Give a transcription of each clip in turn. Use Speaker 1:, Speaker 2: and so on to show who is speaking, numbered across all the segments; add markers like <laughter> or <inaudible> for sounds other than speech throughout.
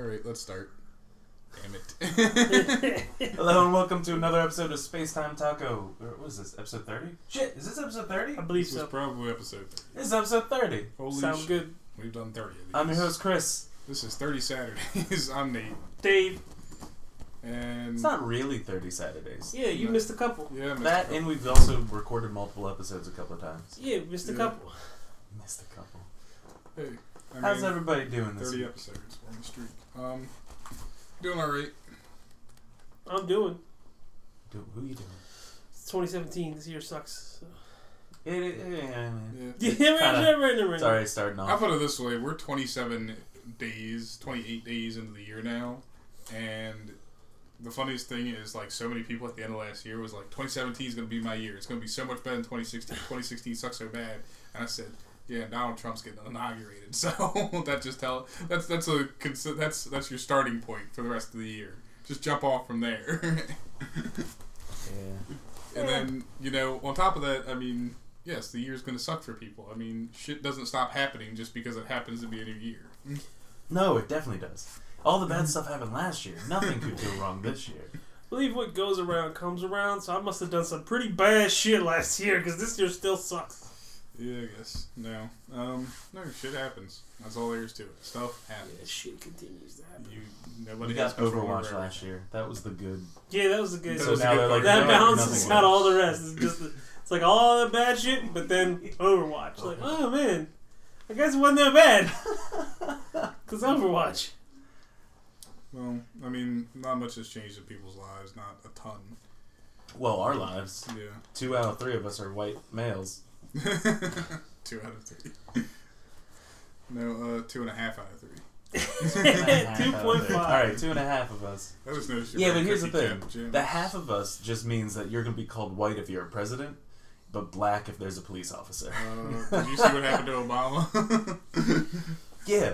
Speaker 1: right, let's start. Damn <laughs> it.
Speaker 2: Hello and welcome to another episode of Space Time Taco. Or What is this? Episode thirty? Shit, is this episode thirty?
Speaker 3: I believe
Speaker 1: this was
Speaker 3: so.
Speaker 1: probably episode 30.
Speaker 2: This is episode thirty.
Speaker 1: Holy
Speaker 3: Sound
Speaker 1: shit.
Speaker 3: good,
Speaker 1: We've done 30 of these.
Speaker 2: I'm your host Chris.
Speaker 1: This is 30 Saturdays. <laughs> I'm Nate.
Speaker 3: Dave?
Speaker 1: And.
Speaker 2: It's not really thirty Saturdays.
Speaker 3: Yeah, you
Speaker 1: No.
Speaker 3: missed a couple.
Speaker 1: yeah, Mr.
Speaker 2: That
Speaker 1: Cup.
Speaker 2: and we've also recorded multiple episodes a couple of times.
Speaker 3: Yeah, missed a
Speaker 1: Yeah.
Speaker 3: couple.
Speaker 2: Missed a couple.
Speaker 1: Hey, I
Speaker 2: How's
Speaker 1: mean,
Speaker 2: everybody doing this?
Speaker 1: 30 episodes. We're on the streak. Um, doing alright.
Speaker 3: I'm doing.
Speaker 2: Dude, who you doing?
Speaker 3: It's 2017. This year sucks. So.
Speaker 2: It, it, yeah, man.
Speaker 1: Yeah.
Speaker 3: <laughs> Yeah,
Speaker 2: Kinda.
Speaker 3: right, right, right, right.
Speaker 2: It's already starting
Speaker 1: I'll
Speaker 2: off.
Speaker 1: put it this way we're 27 days, 28 days into the year now. And the funniest thing is, like, so many people at the end of last year was like, 2017 is going to be my year. It's going to be so much better than 2016. 2016 sucks so bad. And I said, yeah, Donald Trump's getting inaugurated. <laughs> So that just tell that's that's a cons- that's that's your starting point for the rest of the year. Just jump off from there. <laughs>
Speaker 2: Yeah.
Speaker 1: And then, you know, on top of that, I mean, yes, the year's going to suck for people. I mean, shit doesn't stop happening just because it happens to be a new year.
Speaker 2: No, it definitely does. All the bad stuff happened last year. Nothing could go wrong this year.
Speaker 3: believe what goes around comes around, so I must have done some pretty bad shit last year because this year still sucks.
Speaker 1: Yeah, I guess. No. Um, no, shit happens. That's all there is to it. Stuff happens.
Speaker 3: shit continues to happen.
Speaker 1: You,
Speaker 2: We
Speaker 1: nobody has
Speaker 2: got
Speaker 1: control over
Speaker 2: Overwatch
Speaker 1: it.
Speaker 2: last year. That was the good.
Speaker 3: Yeah, that was a good.
Speaker 1: That
Speaker 2: so
Speaker 1: was a
Speaker 2: now
Speaker 1: good
Speaker 2: they're like,
Speaker 1: part.
Speaker 3: that
Speaker 2: no,
Speaker 3: balances
Speaker 2: nothing
Speaker 3: out
Speaker 2: works.
Speaker 3: all the rest. It's just it's like all the bad shit, but then Overwatch. Like, oh man, I guess it wasn't that bad. <laughs> Cause Overwatch.
Speaker 1: Well, I mean, not much has changed in people's lives. Not a ton.
Speaker 2: Well, our lives.
Speaker 1: Yeah.
Speaker 2: Two out of three of us are white males.
Speaker 1: <laughs> two out of three. No, uh, two and a half out of three.
Speaker 3: <laughs> Two point
Speaker 2: All
Speaker 3: five.
Speaker 2: right, two and a half of us.
Speaker 1: That was no shit.
Speaker 2: Yeah, but here's the
Speaker 1: Cookie
Speaker 2: thing:
Speaker 1: Cup Jam.
Speaker 2: the half of us just means that you're gonna be called white if you're a president, but black if there's a police officer.
Speaker 1: Uh, did you see what happened to Obama? <laughs>
Speaker 2: Yeah.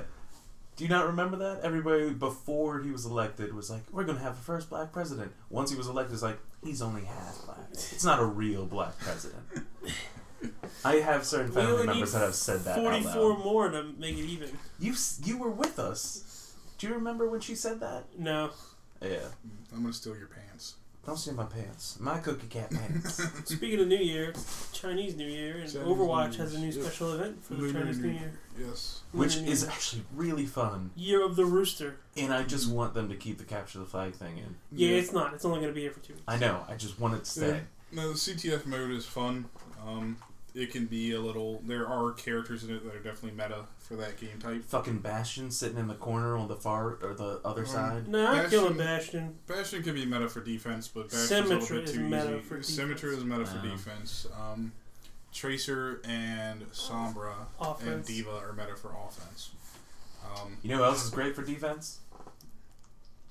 Speaker 2: Do you not remember that? Everybody before he was elected was like, "We're gonna have a first black president." Once he was elected, it's like he's only half black. It's not a real black president. I have certain
Speaker 3: We
Speaker 2: family
Speaker 3: only
Speaker 2: members
Speaker 3: need
Speaker 2: that have said that out
Speaker 3: Forty-four
Speaker 2: loud.
Speaker 3: more to make it even.
Speaker 2: You s- you were with us. Do you remember when she said that?
Speaker 3: No,
Speaker 2: Yeah.
Speaker 1: I'm gonna steal your pants.
Speaker 2: Don't see my pants. My cookie cat pants.
Speaker 3: Speaking of New Year, Chinese New Year, and
Speaker 1: Chinese
Speaker 3: Overwatch
Speaker 1: New
Speaker 3: has a new
Speaker 1: Year's, yeah.
Speaker 3: special event for the
Speaker 1: Lunar
Speaker 3: Chinese
Speaker 1: New
Speaker 3: New Year.
Speaker 1: Yes.
Speaker 2: which
Speaker 3: Lunar New
Speaker 2: is
Speaker 3: Year.
Speaker 2: actually really fun.
Speaker 3: Year of the Rooster.
Speaker 2: And I just want them to keep the capture the flag thing in.
Speaker 3: Yeah, it's not. It's only going to be here for two weeks.
Speaker 2: I know. I just want it to stay.
Speaker 1: No, the CTF mode is fun. Um, it can be a little. There are characters in it that are definitely meta for that game type.
Speaker 2: Fucking Bastion sitting in the corner on the far or the other
Speaker 1: Um,
Speaker 2: side.
Speaker 3: No, nah, I'm killing
Speaker 1: Bastion-
Speaker 3: Bastion.
Speaker 1: Bastion can be meta for defense, but Bastion's a
Speaker 3: Symmetry
Speaker 1: little bit
Speaker 3: is
Speaker 1: too
Speaker 3: meta
Speaker 1: easy.
Speaker 3: for defense.
Speaker 1: Symmetry is meta for
Speaker 2: Wow.
Speaker 1: defense. Um, Tracer and Sombra and
Speaker 3: Offense.
Speaker 1: Diva are meta for offense. Um,
Speaker 2: You know what else is great for defense?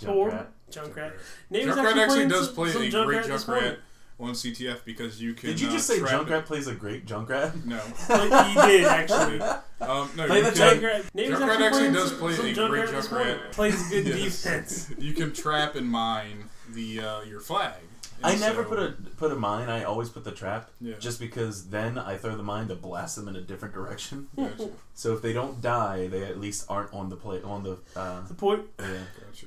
Speaker 3: Or-
Speaker 2: Junkrat.
Speaker 3: Junkrat.
Speaker 1: Junkrat.
Speaker 3: Nate was
Speaker 1: Junkrat actually,
Speaker 3: playing
Speaker 1: does
Speaker 3: some-
Speaker 1: play
Speaker 3: some
Speaker 1: a great
Speaker 3: this
Speaker 1: Junkrat on CTF because you can.
Speaker 2: Did you
Speaker 1: uh,
Speaker 2: just say
Speaker 1: trap
Speaker 2: Junkrat plays a great Junkrat?
Speaker 1: <laughs> It. No.
Speaker 3: morning. Like, he did, actually.
Speaker 1: Um, no.
Speaker 2: Play
Speaker 1: you
Speaker 2: the
Speaker 1: can-
Speaker 3: Junkrat. Nate was
Speaker 1: Junkrat
Speaker 3: actually,
Speaker 1: actually
Speaker 3: playing
Speaker 1: does
Speaker 3: some-
Speaker 1: play
Speaker 3: some
Speaker 1: a
Speaker 3: Junkrat
Speaker 1: great
Speaker 3: this
Speaker 1: Junkrat.
Speaker 3: morning. Plays good
Speaker 1: Yes.
Speaker 3: defense.
Speaker 1: you can trap and mine the uh, your flag. And
Speaker 2: I never
Speaker 1: so-
Speaker 2: put a put a mine. I always put the trap,
Speaker 1: Yeah.
Speaker 2: just because then I throw the mine to blast them in a different direction. <laughs>
Speaker 1: Gotcha.
Speaker 2: So if they don't die, they at least aren't on the play on the. Uh,
Speaker 1: <laughs>
Speaker 3: The point.
Speaker 2: yeah.
Speaker 1: gotcha.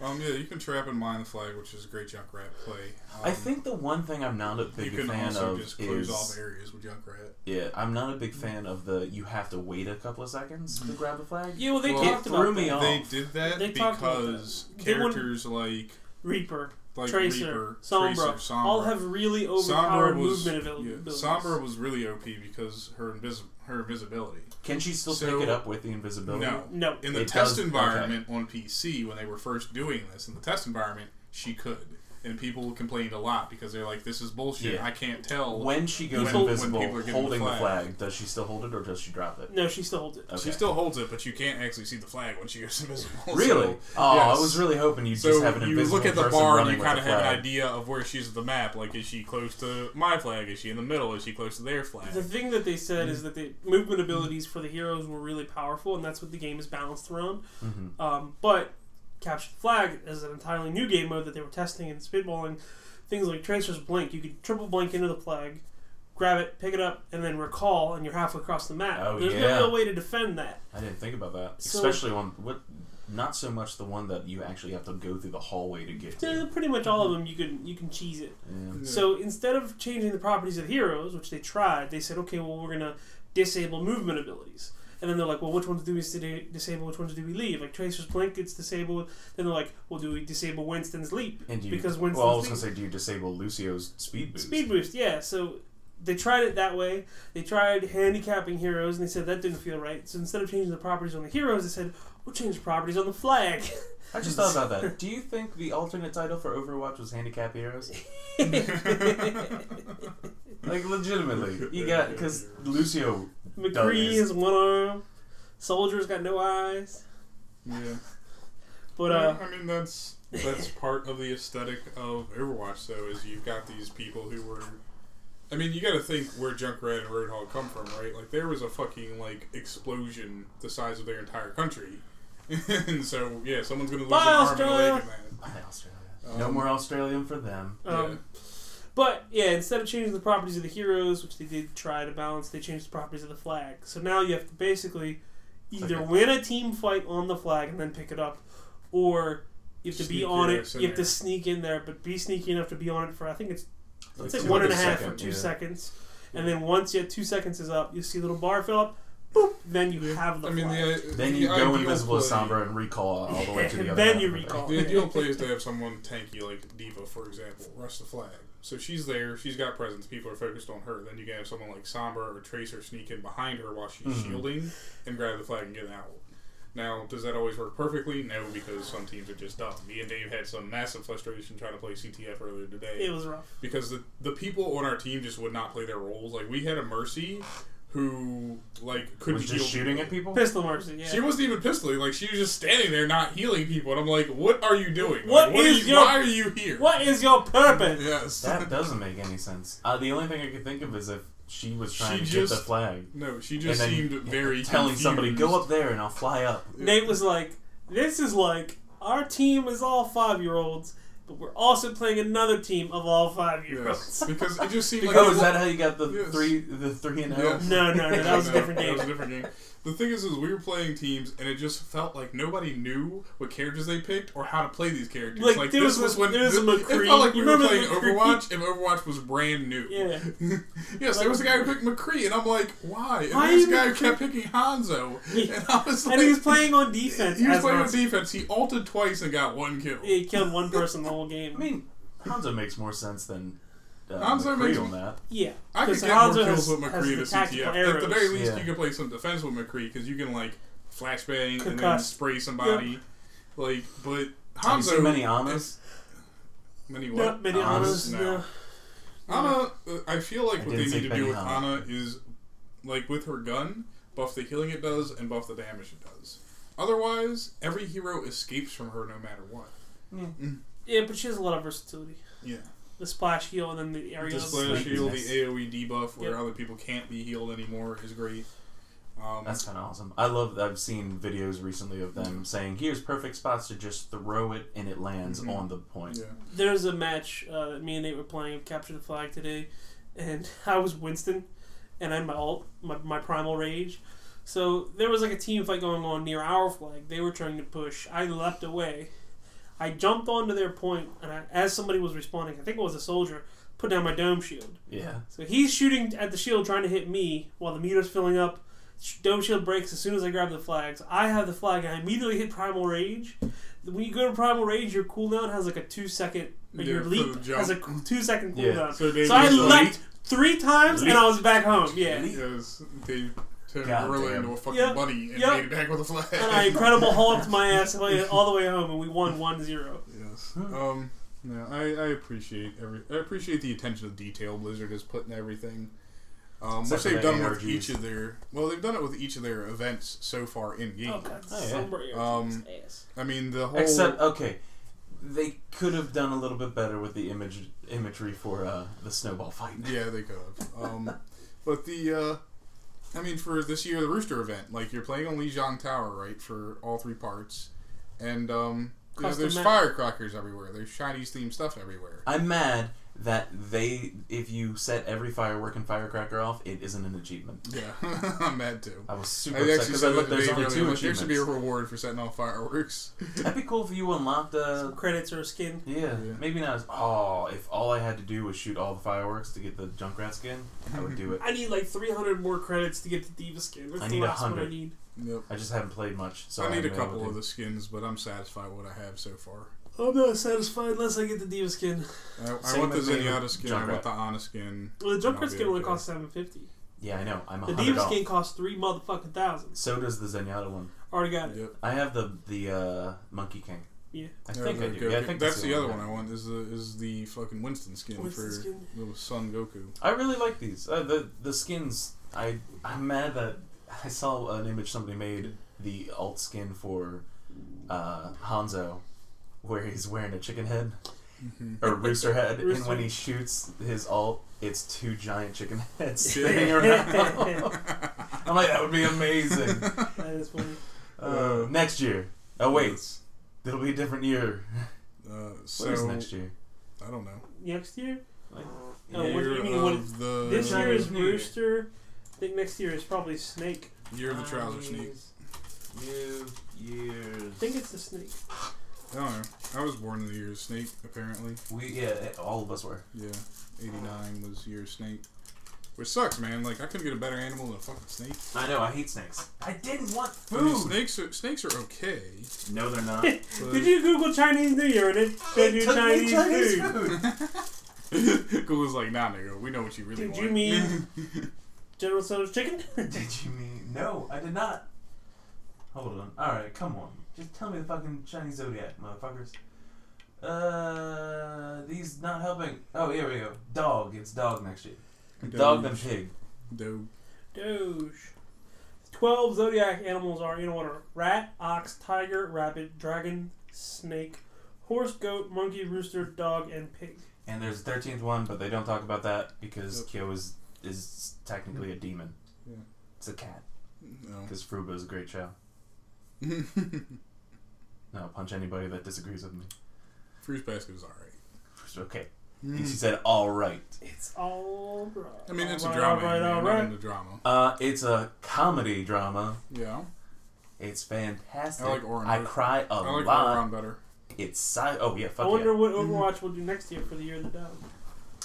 Speaker 1: Um, yeah, you can trap and mine the flag, which is a great Junkrat play. Um,
Speaker 2: I think the one thing I'm not a
Speaker 1: you
Speaker 2: big
Speaker 1: can
Speaker 2: fan
Speaker 1: also
Speaker 2: of
Speaker 1: just close
Speaker 2: is
Speaker 1: off areas with Junkrat.
Speaker 2: yeah, I'm not a big fan of the you have to wait a couple of seconds to grab the flag.
Speaker 3: Yeah, well, they
Speaker 1: Well,
Speaker 3: talked
Speaker 2: it
Speaker 3: about
Speaker 2: threw me
Speaker 3: that.
Speaker 2: off.
Speaker 1: They did that
Speaker 3: They talked about
Speaker 1: because
Speaker 3: that. They wouldn't-
Speaker 1: characters like
Speaker 3: Reaper,
Speaker 1: like
Speaker 3: Tracer,
Speaker 1: Reaper,
Speaker 3: Sombra,
Speaker 1: Tracer, Sombra,
Speaker 3: all have really
Speaker 1: Sombra
Speaker 3: overpowered
Speaker 1: was,
Speaker 3: movement
Speaker 1: yeah,
Speaker 3: availability.
Speaker 1: Sombra was really OP because her invis- her invisibility.
Speaker 2: Can she still
Speaker 1: So-
Speaker 2: pick it up with the invisibility?
Speaker 1: No.
Speaker 3: No.
Speaker 1: In the
Speaker 2: It
Speaker 1: test
Speaker 2: does-
Speaker 1: environment on PC, when they were first doing this, in the test environment, she could. And people complained a lot because they're like, this is bullshit.
Speaker 2: Yeah.
Speaker 1: I can't tell.
Speaker 2: When she goes
Speaker 1: When- when
Speaker 2: invisible,
Speaker 1: people are getting
Speaker 2: holding
Speaker 1: the
Speaker 2: the
Speaker 1: flag.
Speaker 2: flag. does she still hold it or does she drop it?
Speaker 3: No, she still holds it.
Speaker 2: Okay.
Speaker 1: She still holds it, but you can't actually see the flag when she goes <laughs> invisible. So-
Speaker 2: really? oh,
Speaker 1: yes.
Speaker 2: I was really hoping you'd
Speaker 1: So
Speaker 2: just have an
Speaker 1: you
Speaker 2: invisible
Speaker 1: look at the
Speaker 2: person
Speaker 1: bar and
Speaker 2: running
Speaker 1: you kind of
Speaker 2: with a
Speaker 1: have an
Speaker 2: flag.
Speaker 1: idea of where she's at the map. Like, is she close to my flag? Is she in the middle? Is she close to their flag? <laughs>
Speaker 2: <laughs>
Speaker 3: The thing that they said is that the movement abilities for the heroes were really powerful, and that's what the game is balanced around.
Speaker 2: Mhm.
Speaker 3: Um, but Capture the Flag is an entirely new game mode that they were testing and spitballing. Things like Transfer's Blink, you could triple blink into the flag, grab it, pick it up, and then recall, and you're halfway across the map.
Speaker 2: Oh,
Speaker 3: There's
Speaker 2: yeah.
Speaker 3: no real way to defend that.
Speaker 2: I didn't think about that,
Speaker 3: So-
Speaker 2: especially on what Not so much the one that you actually have to go through the hallway to get
Speaker 3: Yeah,
Speaker 2: to.
Speaker 3: pretty much all
Speaker 2: Mm-hmm.
Speaker 3: of them you can you can cheese it.
Speaker 2: Yeah.
Speaker 3: So instead of changing the properties of heroes, which they tried, they said, okay, well, we're going to disable movement abilities. And then they're like, well, which ones do we sta- disable? Which ones do we leave? Like Tracer's Blink gets disabled. Then they're like, well, do we disable Winston's Leap?
Speaker 2: And do you,
Speaker 3: because Winston's
Speaker 2: well, I was
Speaker 3: Leap.
Speaker 2: gonna say, do you disable Lucio's speed boost?
Speaker 3: Speed boost, yeah. So they tried it that way. They tried handicapping heroes, and they said that didn't feel right. So instead of changing the properties on the heroes, they said, we'll change the properties on
Speaker 2: <laughs>
Speaker 3: the flag. <laughs>
Speaker 2: I just thought about that. Do you think the alternate title for Overwatch was Handicap Heroes? Like legitimately, you got because Lucio.
Speaker 3: McCree
Speaker 2: Dummies.
Speaker 3: has one arm. Soldier's got no eyes.
Speaker 1: yeah.
Speaker 3: But, uh,
Speaker 1: I mean that's that's part of the aesthetic of Overwatch though is you've got these people who were I mean you got to think where Junkrat and Roadhog come from right like there was a fucking like explosion the size of their entire country <laughs> and so yeah someone's gonna lose
Speaker 3: Bye,
Speaker 1: an arm and a
Speaker 3: Australia.
Speaker 1: leg in that
Speaker 2: Bye, Australia. no
Speaker 1: Um,
Speaker 2: more Australian for them.
Speaker 3: um,
Speaker 1: Yeah.
Speaker 3: But yeah, instead of changing the properties of the heroes, which they did try to balance, they changed the properties of the flag. So now you have to basically either
Speaker 2: Okay.
Speaker 3: win a team fight on the flag and then pick it up, or you have to be
Speaker 1: Sneak
Speaker 3: on
Speaker 1: your
Speaker 3: it.
Speaker 1: ass
Speaker 3: You
Speaker 1: in
Speaker 3: have to
Speaker 1: there.
Speaker 3: sneaky in there, but be sneaky enough to be on it for I think it's it's
Speaker 2: Like
Speaker 3: like
Speaker 2: two
Speaker 3: one and a
Speaker 2: hundred
Speaker 3: half or
Speaker 2: second,
Speaker 3: two
Speaker 2: yeah.
Speaker 3: seconds, and then once you have two seconds is up, you see a little bar fill up, boop, then you have the
Speaker 1: I mean
Speaker 3: flag.
Speaker 1: the,
Speaker 2: Then
Speaker 1: the
Speaker 2: you go
Speaker 1: ideal
Speaker 2: invisible as
Speaker 1: play-
Speaker 2: Sombra and recall all
Speaker 1: <laughs>
Speaker 2: the way to the
Speaker 3: And
Speaker 2: other.
Speaker 3: then
Speaker 2: half
Speaker 3: you
Speaker 2: of it.
Speaker 3: recall.
Speaker 1: The ideal play is to have someone tanky like Diva, for example, rush the flag. So she's there, she's got presence, people are focused on her. Then you can have someone like Sombra or Tracer sneak in behind her while she's
Speaker 2: Mhm.
Speaker 1: shielding and grab the flag and get out. Now, does that always work perfectly? No, because some teams are just dumb. Me and Dave had some massive frustration trying to play CTF earlier today
Speaker 3: it was rough.
Speaker 1: because the, the people on our team just would not play their roles. Like, we had a Mercy who, like, could
Speaker 2: Was
Speaker 1: heal
Speaker 2: just shooting
Speaker 1: people. <laughs>
Speaker 2: at people.
Speaker 3: Pistol mercy, yeah.
Speaker 1: She wasn't even pistoling. Like she was just standing there, not healing people. And I'm like, "What are you doing? Like,
Speaker 3: What
Speaker 1: are
Speaker 3: is
Speaker 1: you,
Speaker 3: your-
Speaker 1: Why are you here?
Speaker 3: what is your purpose?
Speaker 1: Yes.
Speaker 2: That doesn't make any sense. Uh, the only thing I could think of is if she was trying
Speaker 1: She
Speaker 2: to get
Speaker 1: just-
Speaker 2: the flag.
Speaker 1: <laughs> no, she just
Speaker 2: and then
Speaker 1: seemed very
Speaker 2: telling somebody,
Speaker 1: confused.
Speaker 2: go up there and I'll fly up.
Speaker 3: Nate was like, "This is like our team is all five year olds, but we're also playing another team of all five year olds."
Speaker 1: Yes, because it
Speaker 2: <laughs>
Speaker 1: just seemed like
Speaker 2: oh, is that how you got the
Speaker 1: Yes.
Speaker 2: three the three and oh?
Speaker 1: Yes.
Speaker 3: <laughs> No, no, no, that was
Speaker 1: <laughs>
Speaker 3: a different
Speaker 1: That
Speaker 3: game.
Speaker 1: was a different game. The thing is, is we were playing teams, and it just felt like nobody knew what characters they picked or how to play these characters.
Speaker 3: Like,
Speaker 1: Like,
Speaker 3: there
Speaker 1: this was
Speaker 3: was a-
Speaker 1: when
Speaker 3: there was a
Speaker 1: this-
Speaker 3: McCree.
Speaker 1: it felt like we
Speaker 3: You
Speaker 1: were
Speaker 3: remember
Speaker 1: playing
Speaker 3: McCree?
Speaker 1: Overwatch, and Overwatch was brand new.
Speaker 3: Yeah.
Speaker 1: <laughs> yes, there was a guy who picked McCree, and I'm like, why? And
Speaker 3: Why
Speaker 1: this
Speaker 3: you
Speaker 1: guy
Speaker 3: McCree?
Speaker 1: kept picking Hanzo,
Speaker 3: Yeah.
Speaker 1: and I was like,
Speaker 3: And
Speaker 1: <laughs>
Speaker 3: he was playing on defense.
Speaker 1: He was
Speaker 3: as
Speaker 1: playing on
Speaker 3: Nazi.
Speaker 1: defense. He ulted twice and got one kill.
Speaker 3: He killed one person the whole game.
Speaker 2: I mean, Hanzo makes more sense than uh,
Speaker 1: Hanzo
Speaker 2: Hanzo
Speaker 1: makes-
Speaker 2: on that.
Speaker 3: yeah,
Speaker 1: I could
Speaker 3: because
Speaker 1: get more
Speaker 3: Hanzo
Speaker 1: kills
Speaker 3: has,
Speaker 1: with
Speaker 3: has
Speaker 1: McCree
Speaker 3: the
Speaker 1: than
Speaker 3: tactical
Speaker 1: CTF. At the
Speaker 3: arrows.
Speaker 1: very least,
Speaker 2: Yeah.
Speaker 1: you can play some defense with McCree because you can like flashbang and then
Speaker 3: Concuss.
Speaker 1: spray somebody. Like, but
Speaker 2: Have you
Speaker 1: Hanzo
Speaker 2: seen many Amas?
Speaker 1: Many
Speaker 3: No,
Speaker 1: what?
Speaker 3: many
Speaker 2: Honors,
Speaker 3: honors.
Speaker 1: No.
Speaker 3: No.
Speaker 1: Ana, uh, I feel like
Speaker 2: I
Speaker 1: what they
Speaker 2: didn't
Speaker 1: need
Speaker 2: say
Speaker 1: to do with
Speaker 2: Benny Hanna.
Speaker 1: Ana is like with her gun, buff the healing it does and buff the damage it does. Otherwise, every hero escapes from her no matter what.
Speaker 3: Yeah, but she has a lot of versatility.
Speaker 1: Yeah.
Speaker 3: The splash heal and then the aerial.
Speaker 1: Display
Speaker 2: like-
Speaker 1: shield,
Speaker 2: Yes.
Speaker 1: the AoE debuff where
Speaker 3: Yep.
Speaker 1: other people can't be healed anymore is great. Um,
Speaker 2: That's kind of awesome. I love. I've seen videos recently of them saying, "Here's perfect spots to just throw it and it lands
Speaker 1: Mhm.
Speaker 2: on the point."
Speaker 1: yeah.
Speaker 3: There's a match uh, that me and Nate were playing of Capture the Flag today, and <laughs> I was Winston, and I had my alt, my, my primal rage. So there was like a team fight going on near our flag. They were trying to push. I leapt away. I jumped onto their point, and I, as somebody was responding, I think it was a soldier, put down my dome shield.
Speaker 2: Yeah.
Speaker 3: So he's shooting at the shield, trying to hit me while the meter's filling up. Sh- Dome shield breaks as soon as I grab the flags. I have the flag, and I immediately hit Primal Rage. When you go to Primal Rage, your cooldown has like a two second. or
Speaker 1: Yeah,
Speaker 3: your
Speaker 1: for
Speaker 3: leap
Speaker 1: the
Speaker 3: has a
Speaker 1: jump.
Speaker 3: c- two second
Speaker 2: Yeah.
Speaker 3: cooldown.
Speaker 1: So,
Speaker 3: So I
Speaker 2: Leap.
Speaker 3: leapt three times, and I was back home. Yeah.
Speaker 2: Leap.
Speaker 1: Yes, they turned
Speaker 2: God
Speaker 1: Gorilla
Speaker 2: damn.
Speaker 1: into a fucking
Speaker 3: Yep,
Speaker 1: bunny and
Speaker 3: yep.
Speaker 1: made it back with a flag. <laughs>
Speaker 3: And I incredible hulked my ass away- all the way home, and we won 1 0.
Speaker 1: Yes.
Speaker 2: Hmm.
Speaker 1: Um. No, I, I appreciate every I appreciate the attention to detail Blizzard has put in everything. Um,
Speaker 2: Except
Speaker 1: which
Speaker 2: for
Speaker 1: they've
Speaker 2: the
Speaker 1: done with
Speaker 2: ARGs.
Speaker 1: each of their well, they've done it with each of their events so far in game.
Speaker 3: Oh, God.
Speaker 2: Oh, yeah.
Speaker 3: Somber
Speaker 1: Um,
Speaker 3: ass.
Speaker 1: I mean the whole
Speaker 2: Except, okay, they could have done a little bit better with the image imagery for uh, the snowball fight.
Speaker 1: yeah they could have.
Speaker 2: <laughs>
Speaker 1: Um, but the uh, I mean for this year the Rooster event like you're playing on Lijiang Tower right for all three parts, and um, you know,
Speaker 3: Custom
Speaker 1: there's
Speaker 3: map.
Speaker 1: firecrackers everywhere. There's Chinese themed stuff everywhere.
Speaker 2: I'm mad that they, if you set every firework and firecracker off, it isn't an achievement.
Speaker 1: Yeah, <laughs> I'm mad too.
Speaker 2: I was super
Speaker 1: I
Speaker 2: upset
Speaker 1: actually
Speaker 2: because I
Speaker 1: said
Speaker 2: looked.
Speaker 1: that
Speaker 2: There's
Speaker 1: they
Speaker 2: only
Speaker 1: really
Speaker 2: two
Speaker 1: went, there
Speaker 2: achievements.
Speaker 1: should be a reward for setting off fireworks. <laughs>
Speaker 2: That'd be cool if you unlocked uh, a.
Speaker 3: Credits or a skin.
Speaker 2: Yeah,
Speaker 1: Yeah.
Speaker 2: maybe not. As, oh, if all I had to do was shoot all the fireworks to get the Junkrat skin, I would
Speaker 3: <laughs>
Speaker 2: do it.
Speaker 3: I need like 300 more credits to get the Diva skin. That's
Speaker 2: I
Speaker 3: the
Speaker 2: need
Speaker 3: last one I
Speaker 2: 100.
Speaker 3: need.
Speaker 1: Yep.
Speaker 2: I just haven't played much, so
Speaker 1: I need a
Speaker 2: haven't been able
Speaker 1: couple
Speaker 2: to-
Speaker 1: of the skins, but I'm satisfied with what I have so far.
Speaker 3: I'm not satisfied unless I get the Diva skin.
Speaker 1: I, I
Speaker 2: Same
Speaker 1: want the
Speaker 2: with me
Speaker 1: Zenyatta
Speaker 2: with
Speaker 1: skin. I
Speaker 2: Junkrat.
Speaker 1: want the Ana skin.
Speaker 3: Well, the
Speaker 1: I'll
Speaker 3: Junkrat
Speaker 1: be
Speaker 3: skin only
Speaker 1: okay.
Speaker 3: costs 750.
Speaker 2: Yeah, I know. I'm a
Speaker 3: The
Speaker 2: hundred
Speaker 3: Diva
Speaker 2: dollars.
Speaker 3: skin costs three motherfucking thousands.
Speaker 2: So does the Zenyatta one.
Speaker 3: Already got it.
Speaker 1: Yep.
Speaker 2: I have the the uh, Monkey King.
Speaker 3: Yeah.
Speaker 2: I
Speaker 1: Yeah,
Speaker 2: think I
Speaker 1: the
Speaker 2: do. Yeah, I
Speaker 1: Goku-
Speaker 2: think
Speaker 1: that's the other
Speaker 2: I
Speaker 1: one I
Speaker 2: have.
Speaker 1: want. Is the is the fucking Winston skin
Speaker 3: Winston
Speaker 1: for
Speaker 3: skin.
Speaker 1: little Son Goku.
Speaker 2: I really like these. Uh, the the skins. I I'm mad that <laughs> I saw an image somebody made the alt skin for uh, Hanzo, where he's wearing a chicken head or rooster head, and when he shoots his alt, it's two giant chicken heads spinning around. I'm like, that would be amazing. <laughs>
Speaker 3: That is funny.
Speaker 2: Uh, next year. Oh wait,
Speaker 1: It's,
Speaker 2: it'll be a different year.
Speaker 1: Uh,
Speaker 2: What is
Speaker 1: so
Speaker 2: next year?
Speaker 1: I don't know.
Speaker 3: Next year?
Speaker 2: Like,
Speaker 3: No, Oh, what do you
Speaker 1: Year
Speaker 3: mean, what
Speaker 1: of the
Speaker 3: This year is
Speaker 2: New Year.
Speaker 3: Rooster. I think next year is probably Snake.
Speaker 1: year of the trouser sneak.
Speaker 2: New years.
Speaker 3: I think it's the Snake.
Speaker 1: I don't know. I was born in the year of snake. Apparently,
Speaker 2: We yeah, all of us were.
Speaker 1: yeah. Eighty nine was year of snake, which sucks, man. Like I couldn't get a better animal than a fucking snake.
Speaker 2: I know. I hate snakes. I didn't want
Speaker 1: I mean,
Speaker 2: food.
Speaker 1: snakes are snakes are okay.
Speaker 2: No, they're <laughs> not.
Speaker 1: but-
Speaker 3: Did you Google Chinese New Year and it said you Chinese,
Speaker 1: <laughs>
Speaker 3: food?
Speaker 1: Google's like, nah, nigga, we know what you really
Speaker 3: Did
Speaker 1: want. <laughs>
Speaker 3: you mean General So's chicken? <laughs>
Speaker 2: Did you mean no? I did not. Hold on. All right, come on. Just tell me the fucking Chinese zodiac, motherfuckers. Uh, these not helping. Oh, here we go. Dog. It's dog next year. Dog and pig.
Speaker 1: Dope.
Speaker 3: Doge. Twelve zodiac animals are in order: rat, ox, tiger, rabbit, dragon, snake, horse, goat, monkey, rooster, dog, and pig.
Speaker 2: And there's a thirteenth one, but they don't talk about that because
Speaker 1: Yep.
Speaker 2: Kyo is is technically a demon.
Speaker 1: Yeah.
Speaker 2: It's a cat
Speaker 1: No. <laughs>
Speaker 2: because Fruba is a great show. No, I'll punch anybody that disagrees with me.
Speaker 1: Fruit basket is alright.
Speaker 2: It's okay. And she said, "All right."
Speaker 3: It's all right.
Speaker 1: I mean, it's a
Speaker 3: All right,
Speaker 1: drama.
Speaker 3: All right,
Speaker 1: man.
Speaker 3: all
Speaker 1: I'm
Speaker 3: right.
Speaker 1: into drama.
Speaker 2: Uh, it's a comedy drama.
Speaker 1: Yeah.
Speaker 2: It's fantastic.
Speaker 1: I like Orange.
Speaker 2: I cry a
Speaker 1: I like
Speaker 2: lot.
Speaker 1: Oberon better.
Speaker 2: It's si- oh yeah,
Speaker 3: I
Speaker 2: fuck
Speaker 3: wonder what
Speaker 1: Mm-hmm.
Speaker 3: Overwatch will do next year for the year of the dog.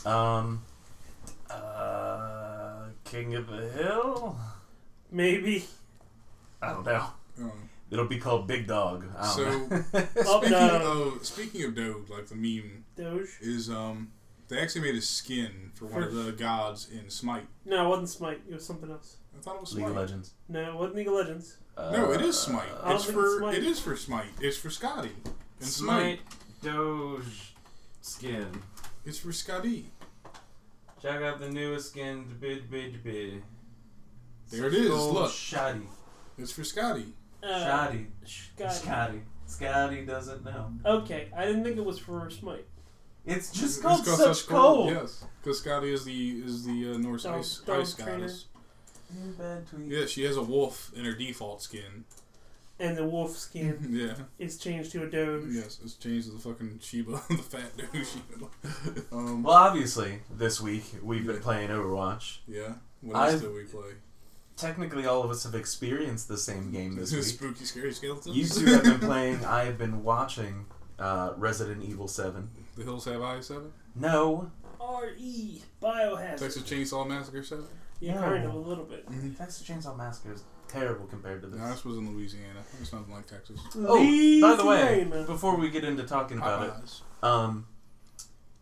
Speaker 2: yeah. Um, uh, King of the Hill.
Speaker 3: Maybe
Speaker 2: I don't know.
Speaker 1: Um,
Speaker 2: It'll be called Big Dog. I
Speaker 1: So-
Speaker 2: don't know.
Speaker 1: <laughs>
Speaker 3: up
Speaker 1: speaking
Speaker 3: the
Speaker 1: of speaking of Dode, like the meme
Speaker 3: Doge.
Speaker 1: is um they actually made a skin for one of the gods in Smite.
Speaker 3: No, it wasn't Smite. It was something else.
Speaker 1: I thought it was
Speaker 2: League
Speaker 1: Smite.
Speaker 2: of Legends. Uh,
Speaker 3: No, it wasn't League of Legends.
Speaker 1: No, it is Smite.
Speaker 3: Uh, I don't
Speaker 1: it's
Speaker 3: think it's
Speaker 1: for
Speaker 3: Smite.
Speaker 1: it is for Smite. It's for Scotty. And Smite.
Speaker 2: Doge skin.
Speaker 1: It's for Scotty.
Speaker 2: Check out the newest skin. Bid bid bid.
Speaker 1: There it is, look.
Speaker 2: Shoddy.
Speaker 1: It's for Scotty.
Speaker 3: Uh,
Speaker 2: Shoddy.
Speaker 3: Scotty.
Speaker 2: Scotty. Scotty doesn't know.
Speaker 3: Okay, I didn't think it was for Smite.
Speaker 2: It's
Speaker 1: It's
Speaker 2: just called
Speaker 1: called
Speaker 2: such, cold.
Speaker 1: Yes, because Scotty is the is the uh, Norse
Speaker 3: Dog-
Speaker 1: ice,
Speaker 3: dog
Speaker 1: ice
Speaker 3: trainer.
Speaker 1: goddess.
Speaker 2: In bed tweet.
Speaker 1: Yeah, she has a wolf in her default skin.
Speaker 3: And the wolf skin
Speaker 1: <laughs> Yeah.
Speaker 3: is changed to a Doge.
Speaker 1: Yes, it's changed to the fucking Sheba, <laughs> the fat dude. Sheba. Um,
Speaker 2: Well, obviously, this week we've been playing Overwatch.
Speaker 1: yeah. What else
Speaker 2: I've-
Speaker 1: did we play?
Speaker 2: Technically, all of us have experienced the same <laughs>
Speaker 1: <laughs>
Speaker 2: game this week.
Speaker 1: Spooky, scary skeletons.
Speaker 2: You
Speaker 1: <laughs>
Speaker 2: two have been playing. I have been watching uh, Resident Evil Seven.
Speaker 1: the Hills Have Eyes Seven.
Speaker 2: No,
Speaker 3: R.E. E. Biohazard.
Speaker 1: Texas Chainsaw Massacre Seven.
Speaker 3: Yeah,
Speaker 2: No.
Speaker 3: kind of a little bit.
Speaker 2: Texas Chainsaw Massacre is terrible compared to this.
Speaker 1: No, this was in Louisiana. It's nothing like Texas.
Speaker 2: oh, by the way,
Speaker 3: Louisiana.
Speaker 2: before we get into talking about it,
Speaker 1: Popeyes.
Speaker 2: Um,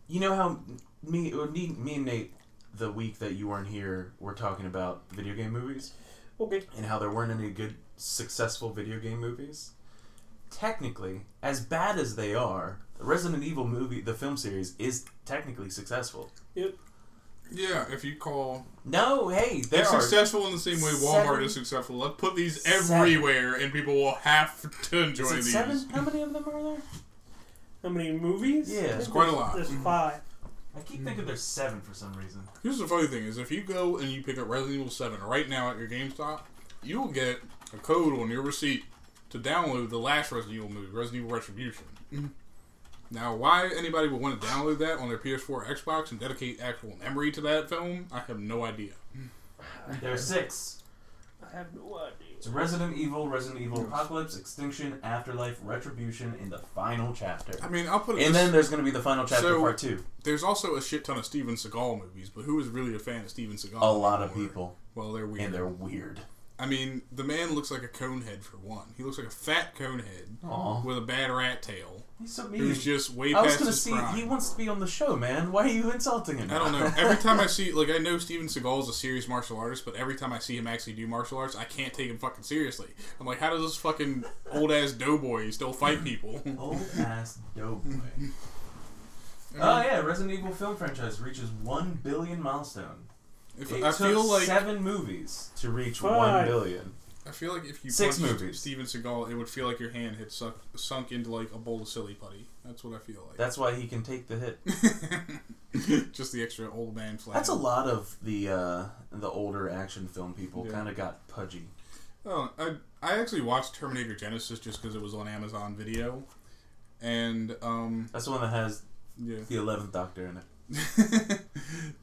Speaker 2: you know how me or me, me and Nate the week that you weren't here were talking about video game movies
Speaker 3: Okay.
Speaker 2: and how there weren't any good successful video game movies. Technically, as bad as they are, the Resident Evil movie, the film series, is technically successful.
Speaker 1: Yeah, if you call
Speaker 2: No, hey, there
Speaker 1: they're
Speaker 2: are
Speaker 1: successful in the same way Walmart is successful. Let's put these everywhere, and people will have to enjoy
Speaker 2: is it
Speaker 1: these.
Speaker 2: seven? How many of them are there?
Speaker 3: How many movies?
Speaker 2: Yeah. It's
Speaker 3: There's-
Speaker 1: quite a lot.
Speaker 3: There's
Speaker 1: Mhm.
Speaker 3: five.
Speaker 2: I keep thinking there's seven for some reason.
Speaker 1: Here's the funny thing: is if you go and you pick up Resident Evil Seven right now at your GameStop, you will get a Mm-hmm. code on your receipt to download the last Resident Evil movie, Resident Evil Retribution. Now, why anybody would want to download that on their PS4 or Xbox and dedicate actual memory to that film, I have no idea.
Speaker 2: There are six.
Speaker 3: I have no idea.
Speaker 2: It's Resident Evil, Resident Evil Apocalypse, Extinction, Afterlife, Retribution, in the final chapter.
Speaker 1: I mean, I'll put it.
Speaker 2: And
Speaker 1: this-
Speaker 2: then there's going to be the final chapter,
Speaker 1: So-
Speaker 2: part two.
Speaker 1: there's also a shit ton of Steven Seagal movies, but who is really a fan of Steven Seagal?
Speaker 2: A lot of
Speaker 1: anymore?
Speaker 2: people,
Speaker 1: Well, they're weird.
Speaker 2: and they're weird.
Speaker 1: I mean, the man looks like a conehead for one. He looks like a fat conehead
Speaker 2: Aw,
Speaker 1: with a bad rat tail.
Speaker 2: he's so mean.
Speaker 1: Who's just way
Speaker 2: I was
Speaker 1: past
Speaker 2: gonna
Speaker 1: his
Speaker 2: see.
Speaker 1: prime.
Speaker 2: He wants to be on the show, man. Why are you insulting him?
Speaker 1: I don't know. Every time I see, like, I know Steven Seagal is a serious martial artist, but every time I see him actually do martial arts, I can't take him fucking seriously. I'm like, how does this fucking old ass doughboy still
Speaker 2: <laughs>
Speaker 1: fight people? <laughs>
Speaker 2: Old ass dope boy. Oh yeah, Resident Evil film franchise reaches one billion milestone.
Speaker 1: If,
Speaker 2: It
Speaker 1: I
Speaker 2: took
Speaker 1: feel like
Speaker 2: seven movies to reach one
Speaker 3: Five.
Speaker 2: billion.
Speaker 1: I feel like if you
Speaker 2: Six
Speaker 1: punched
Speaker 2: movies.
Speaker 1: Steven Seagal, it would feel like your hand had suck, sunk into like a bowl of silly putty. That's what I feel like.
Speaker 2: That's why he can take the hit.
Speaker 1: <laughs> Just the extra old man flag.
Speaker 2: That's a lot of the uh, the older action film people
Speaker 1: Yeah.
Speaker 2: kind of got pudgy.
Speaker 1: Oh, I I actually watched Terminator Genesis just because it was on Amazon Video, and um
Speaker 2: That's the one that has
Speaker 1: yeah,
Speaker 2: the eleventh Doctor in it.
Speaker 1: <laughs>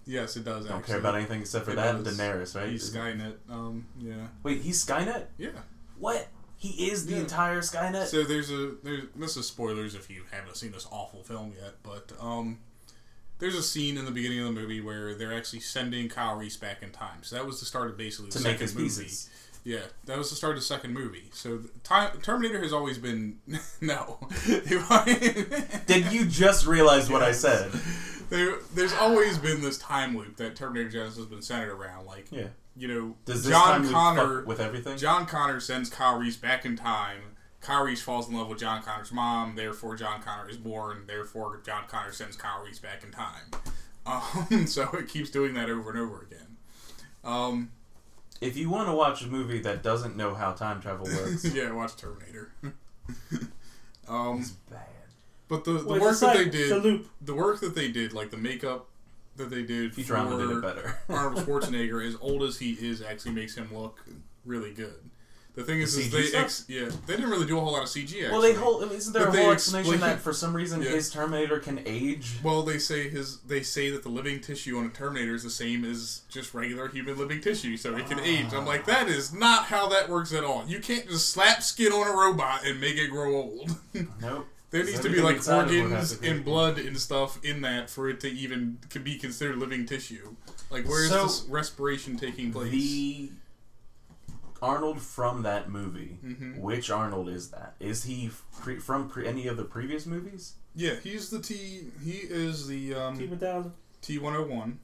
Speaker 1: yes, it does.
Speaker 2: Don't
Speaker 1: actually.
Speaker 2: care about anything except for
Speaker 1: It
Speaker 2: that and
Speaker 1: does.
Speaker 2: Daenerys, right?
Speaker 1: He's Skynet. Um, yeah,
Speaker 2: Wait, he's Skynet?
Speaker 1: yeah.
Speaker 2: What? He is the
Speaker 1: Yeah.
Speaker 2: entire Skynet?
Speaker 1: So there's a there's this is spoilers if you haven't seen this awful film yet, but um, there's a scene in the beginning of the movie where they're actually sending Kyle Reese back in time. So that was the start of basically the
Speaker 2: to make
Speaker 1: second
Speaker 2: his
Speaker 1: movie.
Speaker 2: pieces.
Speaker 1: Yeah, that was the start of the second movie. So the, Ti- Terminator has always been <laughs> no.
Speaker 2: Did you just realize what I said?
Speaker 1: there, there's always been this time loop that Terminator Genesis has been centered around. Like,
Speaker 2: Yeah.
Speaker 1: you know,
Speaker 2: Does this
Speaker 1: John
Speaker 2: time loop
Speaker 1: Connor.
Speaker 2: fuck with everything?
Speaker 1: John Connor sends Kyle Reese back in time. Kyle Reese falls in love with John Connor's mom. Therefore, John Connor is born. Therefore, John Connor sends Kyle Reese back in time. Um, <laughs> so it keeps doing that over and over again. Um, <laughs>
Speaker 2: if you want to watch a movie that doesn't know how time
Speaker 1: <laughs>
Speaker 2: travel works,
Speaker 1: yeah, watch Terminator. <laughs> um,
Speaker 2: it's bad.
Speaker 1: but the, the
Speaker 3: Wait,
Speaker 1: work
Speaker 3: it's
Speaker 1: that
Speaker 3: like
Speaker 1: they
Speaker 3: The
Speaker 1: did,
Speaker 3: loop.
Speaker 1: the work that they did, like the makeup that they did for
Speaker 2: Futurama did it <laughs> better.
Speaker 1: <laughs> Arnold Schwarzenegger, as old as he is, actually makes him look really good. The thing is,
Speaker 2: The
Speaker 1: is
Speaker 2: CG
Speaker 1: they
Speaker 2: stuff?
Speaker 1: ex- yeah they didn't really do a whole lot of CG. Actually.
Speaker 2: Well, they whole isn't there
Speaker 1: But
Speaker 2: a
Speaker 1: they
Speaker 2: whole explanation
Speaker 1: explain-
Speaker 2: that for some reason
Speaker 1: Yeah.
Speaker 2: his Terminator can age?
Speaker 1: Well, they say his. They say that the living tissue on a Terminator is the same as just regular human living tissue, so it can age. I'm like, that is not how that works at all. You can't just slap skin on a robot and make it grow old. <laughs>
Speaker 2: Nope.
Speaker 1: there
Speaker 2: Is
Speaker 1: needs to be
Speaker 2: everything
Speaker 1: like
Speaker 2: inside of it
Speaker 1: organs
Speaker 2: has to be-
Speaker 1: and blood and stuff in that for it to even could be considered living tissue. Like, where is
Speaker 2: So-
Speaker 1: this respiration taking place?
Speaker 2: The Arnold from that movie.
Speaker 1: Mhm.
Speaker 2: Which Arnold is that? Is he pre- from pre- any of the previous movies?
Speaker 1: Yeah, he's the T. He is the
Speaker 3: Keep
Speaker 1: um,
Speaker 3: it down.
Speaker 1: T one hundred one.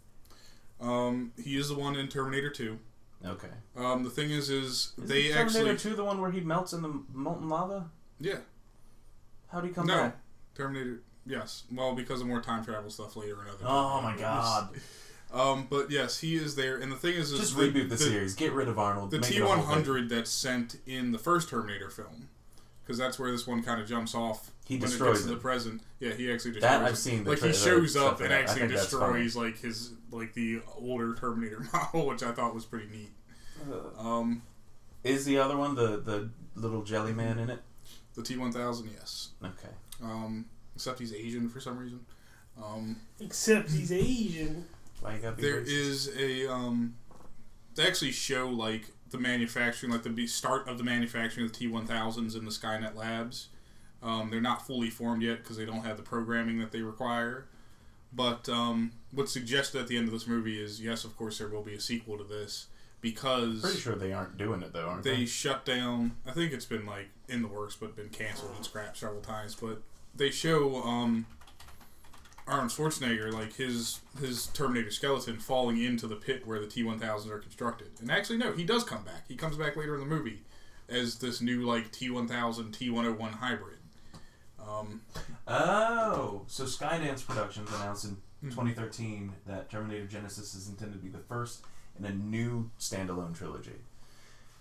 Speaker 1: Um, he is the one in Terminator two.
Speaker 2: Okay.
Speaker 1: Um, the thing is, is
Speaker 2: Is
Speaker 1: they
Speaker 2: Terminator
Speaker 1: actually
Speaker 2: Two the one where he melts in the molten lava?
Speaker 1: yeah.
Speaker 2: How would he come
Speaker 1: No.
Speaker 2: back?
Speaker 1: Terminator. Yes. Well, because of more time travel stuff later and other.
Speaker 2: Oh my god!
Speaker 1: Um, but yes, he is there, and the thing is, is
Speaker 2: Just
Speaker 1: the,
Speaker 2: reboot the, series. Get rid of Arnold.
Speaker 1: The
Speaker 2: make
Speaker 1: T
Speaker 2: it a whole
Speaker 1: one
Speaker 2: thing.
Speaker 1: hundred that's sent in the first Terminator film, because that's where this one kind of jumps off.
Speaker 2: He
Speaker 1: when
Speaker 2: destroys
Speaker 1: it gets to
Speaker 2: it.
Speaker 1: the present. Yeah, he actually destroys.
Speaker 2: That
Speaker 1: it.
Speaker 2: I've seen. The
Speaker 1: Like
Speaker 2: tra-
Speaker 1: he
Speaker 2: the
Speaker 1: shows
Speaker 2: stuff
Speaker 1: up
Speaker 2: for
Speaker 1: and
Speaker 2: that. I
Speaker 1: actually
Speaker 2: think that's funny.
Speaker 1: destroys like his like the older Terminator <laughs> model, which I thought was pretty neat. Um,
Speaker 2: Is the other one the the little jelly man in it?
Speaker 1: the T one thousand, yes.
Speaker 2: Okay.
Speaker 1: Um, except he's Asian for some reason. Um,
Speaker 3: Except he's Asian.
Speaker 2: Why you gotta be
Speaker 1: There
Speaker 2: racist?
Speaker 1: is a um, they actually show like the manufacturing, like the be- start of the manufacturing of the T one thousands in the Skynet labs. Um, they're not fully formed yet because they don't have the programming that they require. But um, what's suggested at the end of this movie is yes, of course there will be a sequel to this because
Speaker 2: Pretty sure they aren't doing it though, aren't
Speaker 1: they
Speaker 2: they?
Speaker 1: shut down. I think it's been like in the works, but been canceled and scrapped several times. But they show um, Arnold Schwarzenegger like his his Terminator skeleton falling into the pit where the T one thousands are constructed. And actually, no, he does come back. He comes back later in the movie as this new like T one thousand T one hundred one hybrid. Um,
Speaker 2: Oh, so Skydance Productions announced in
Speaker 1: Mm-hmm.
Speaker 2: 2013 that Terminator Genesis is intended to be the first in a new standalone trilogy,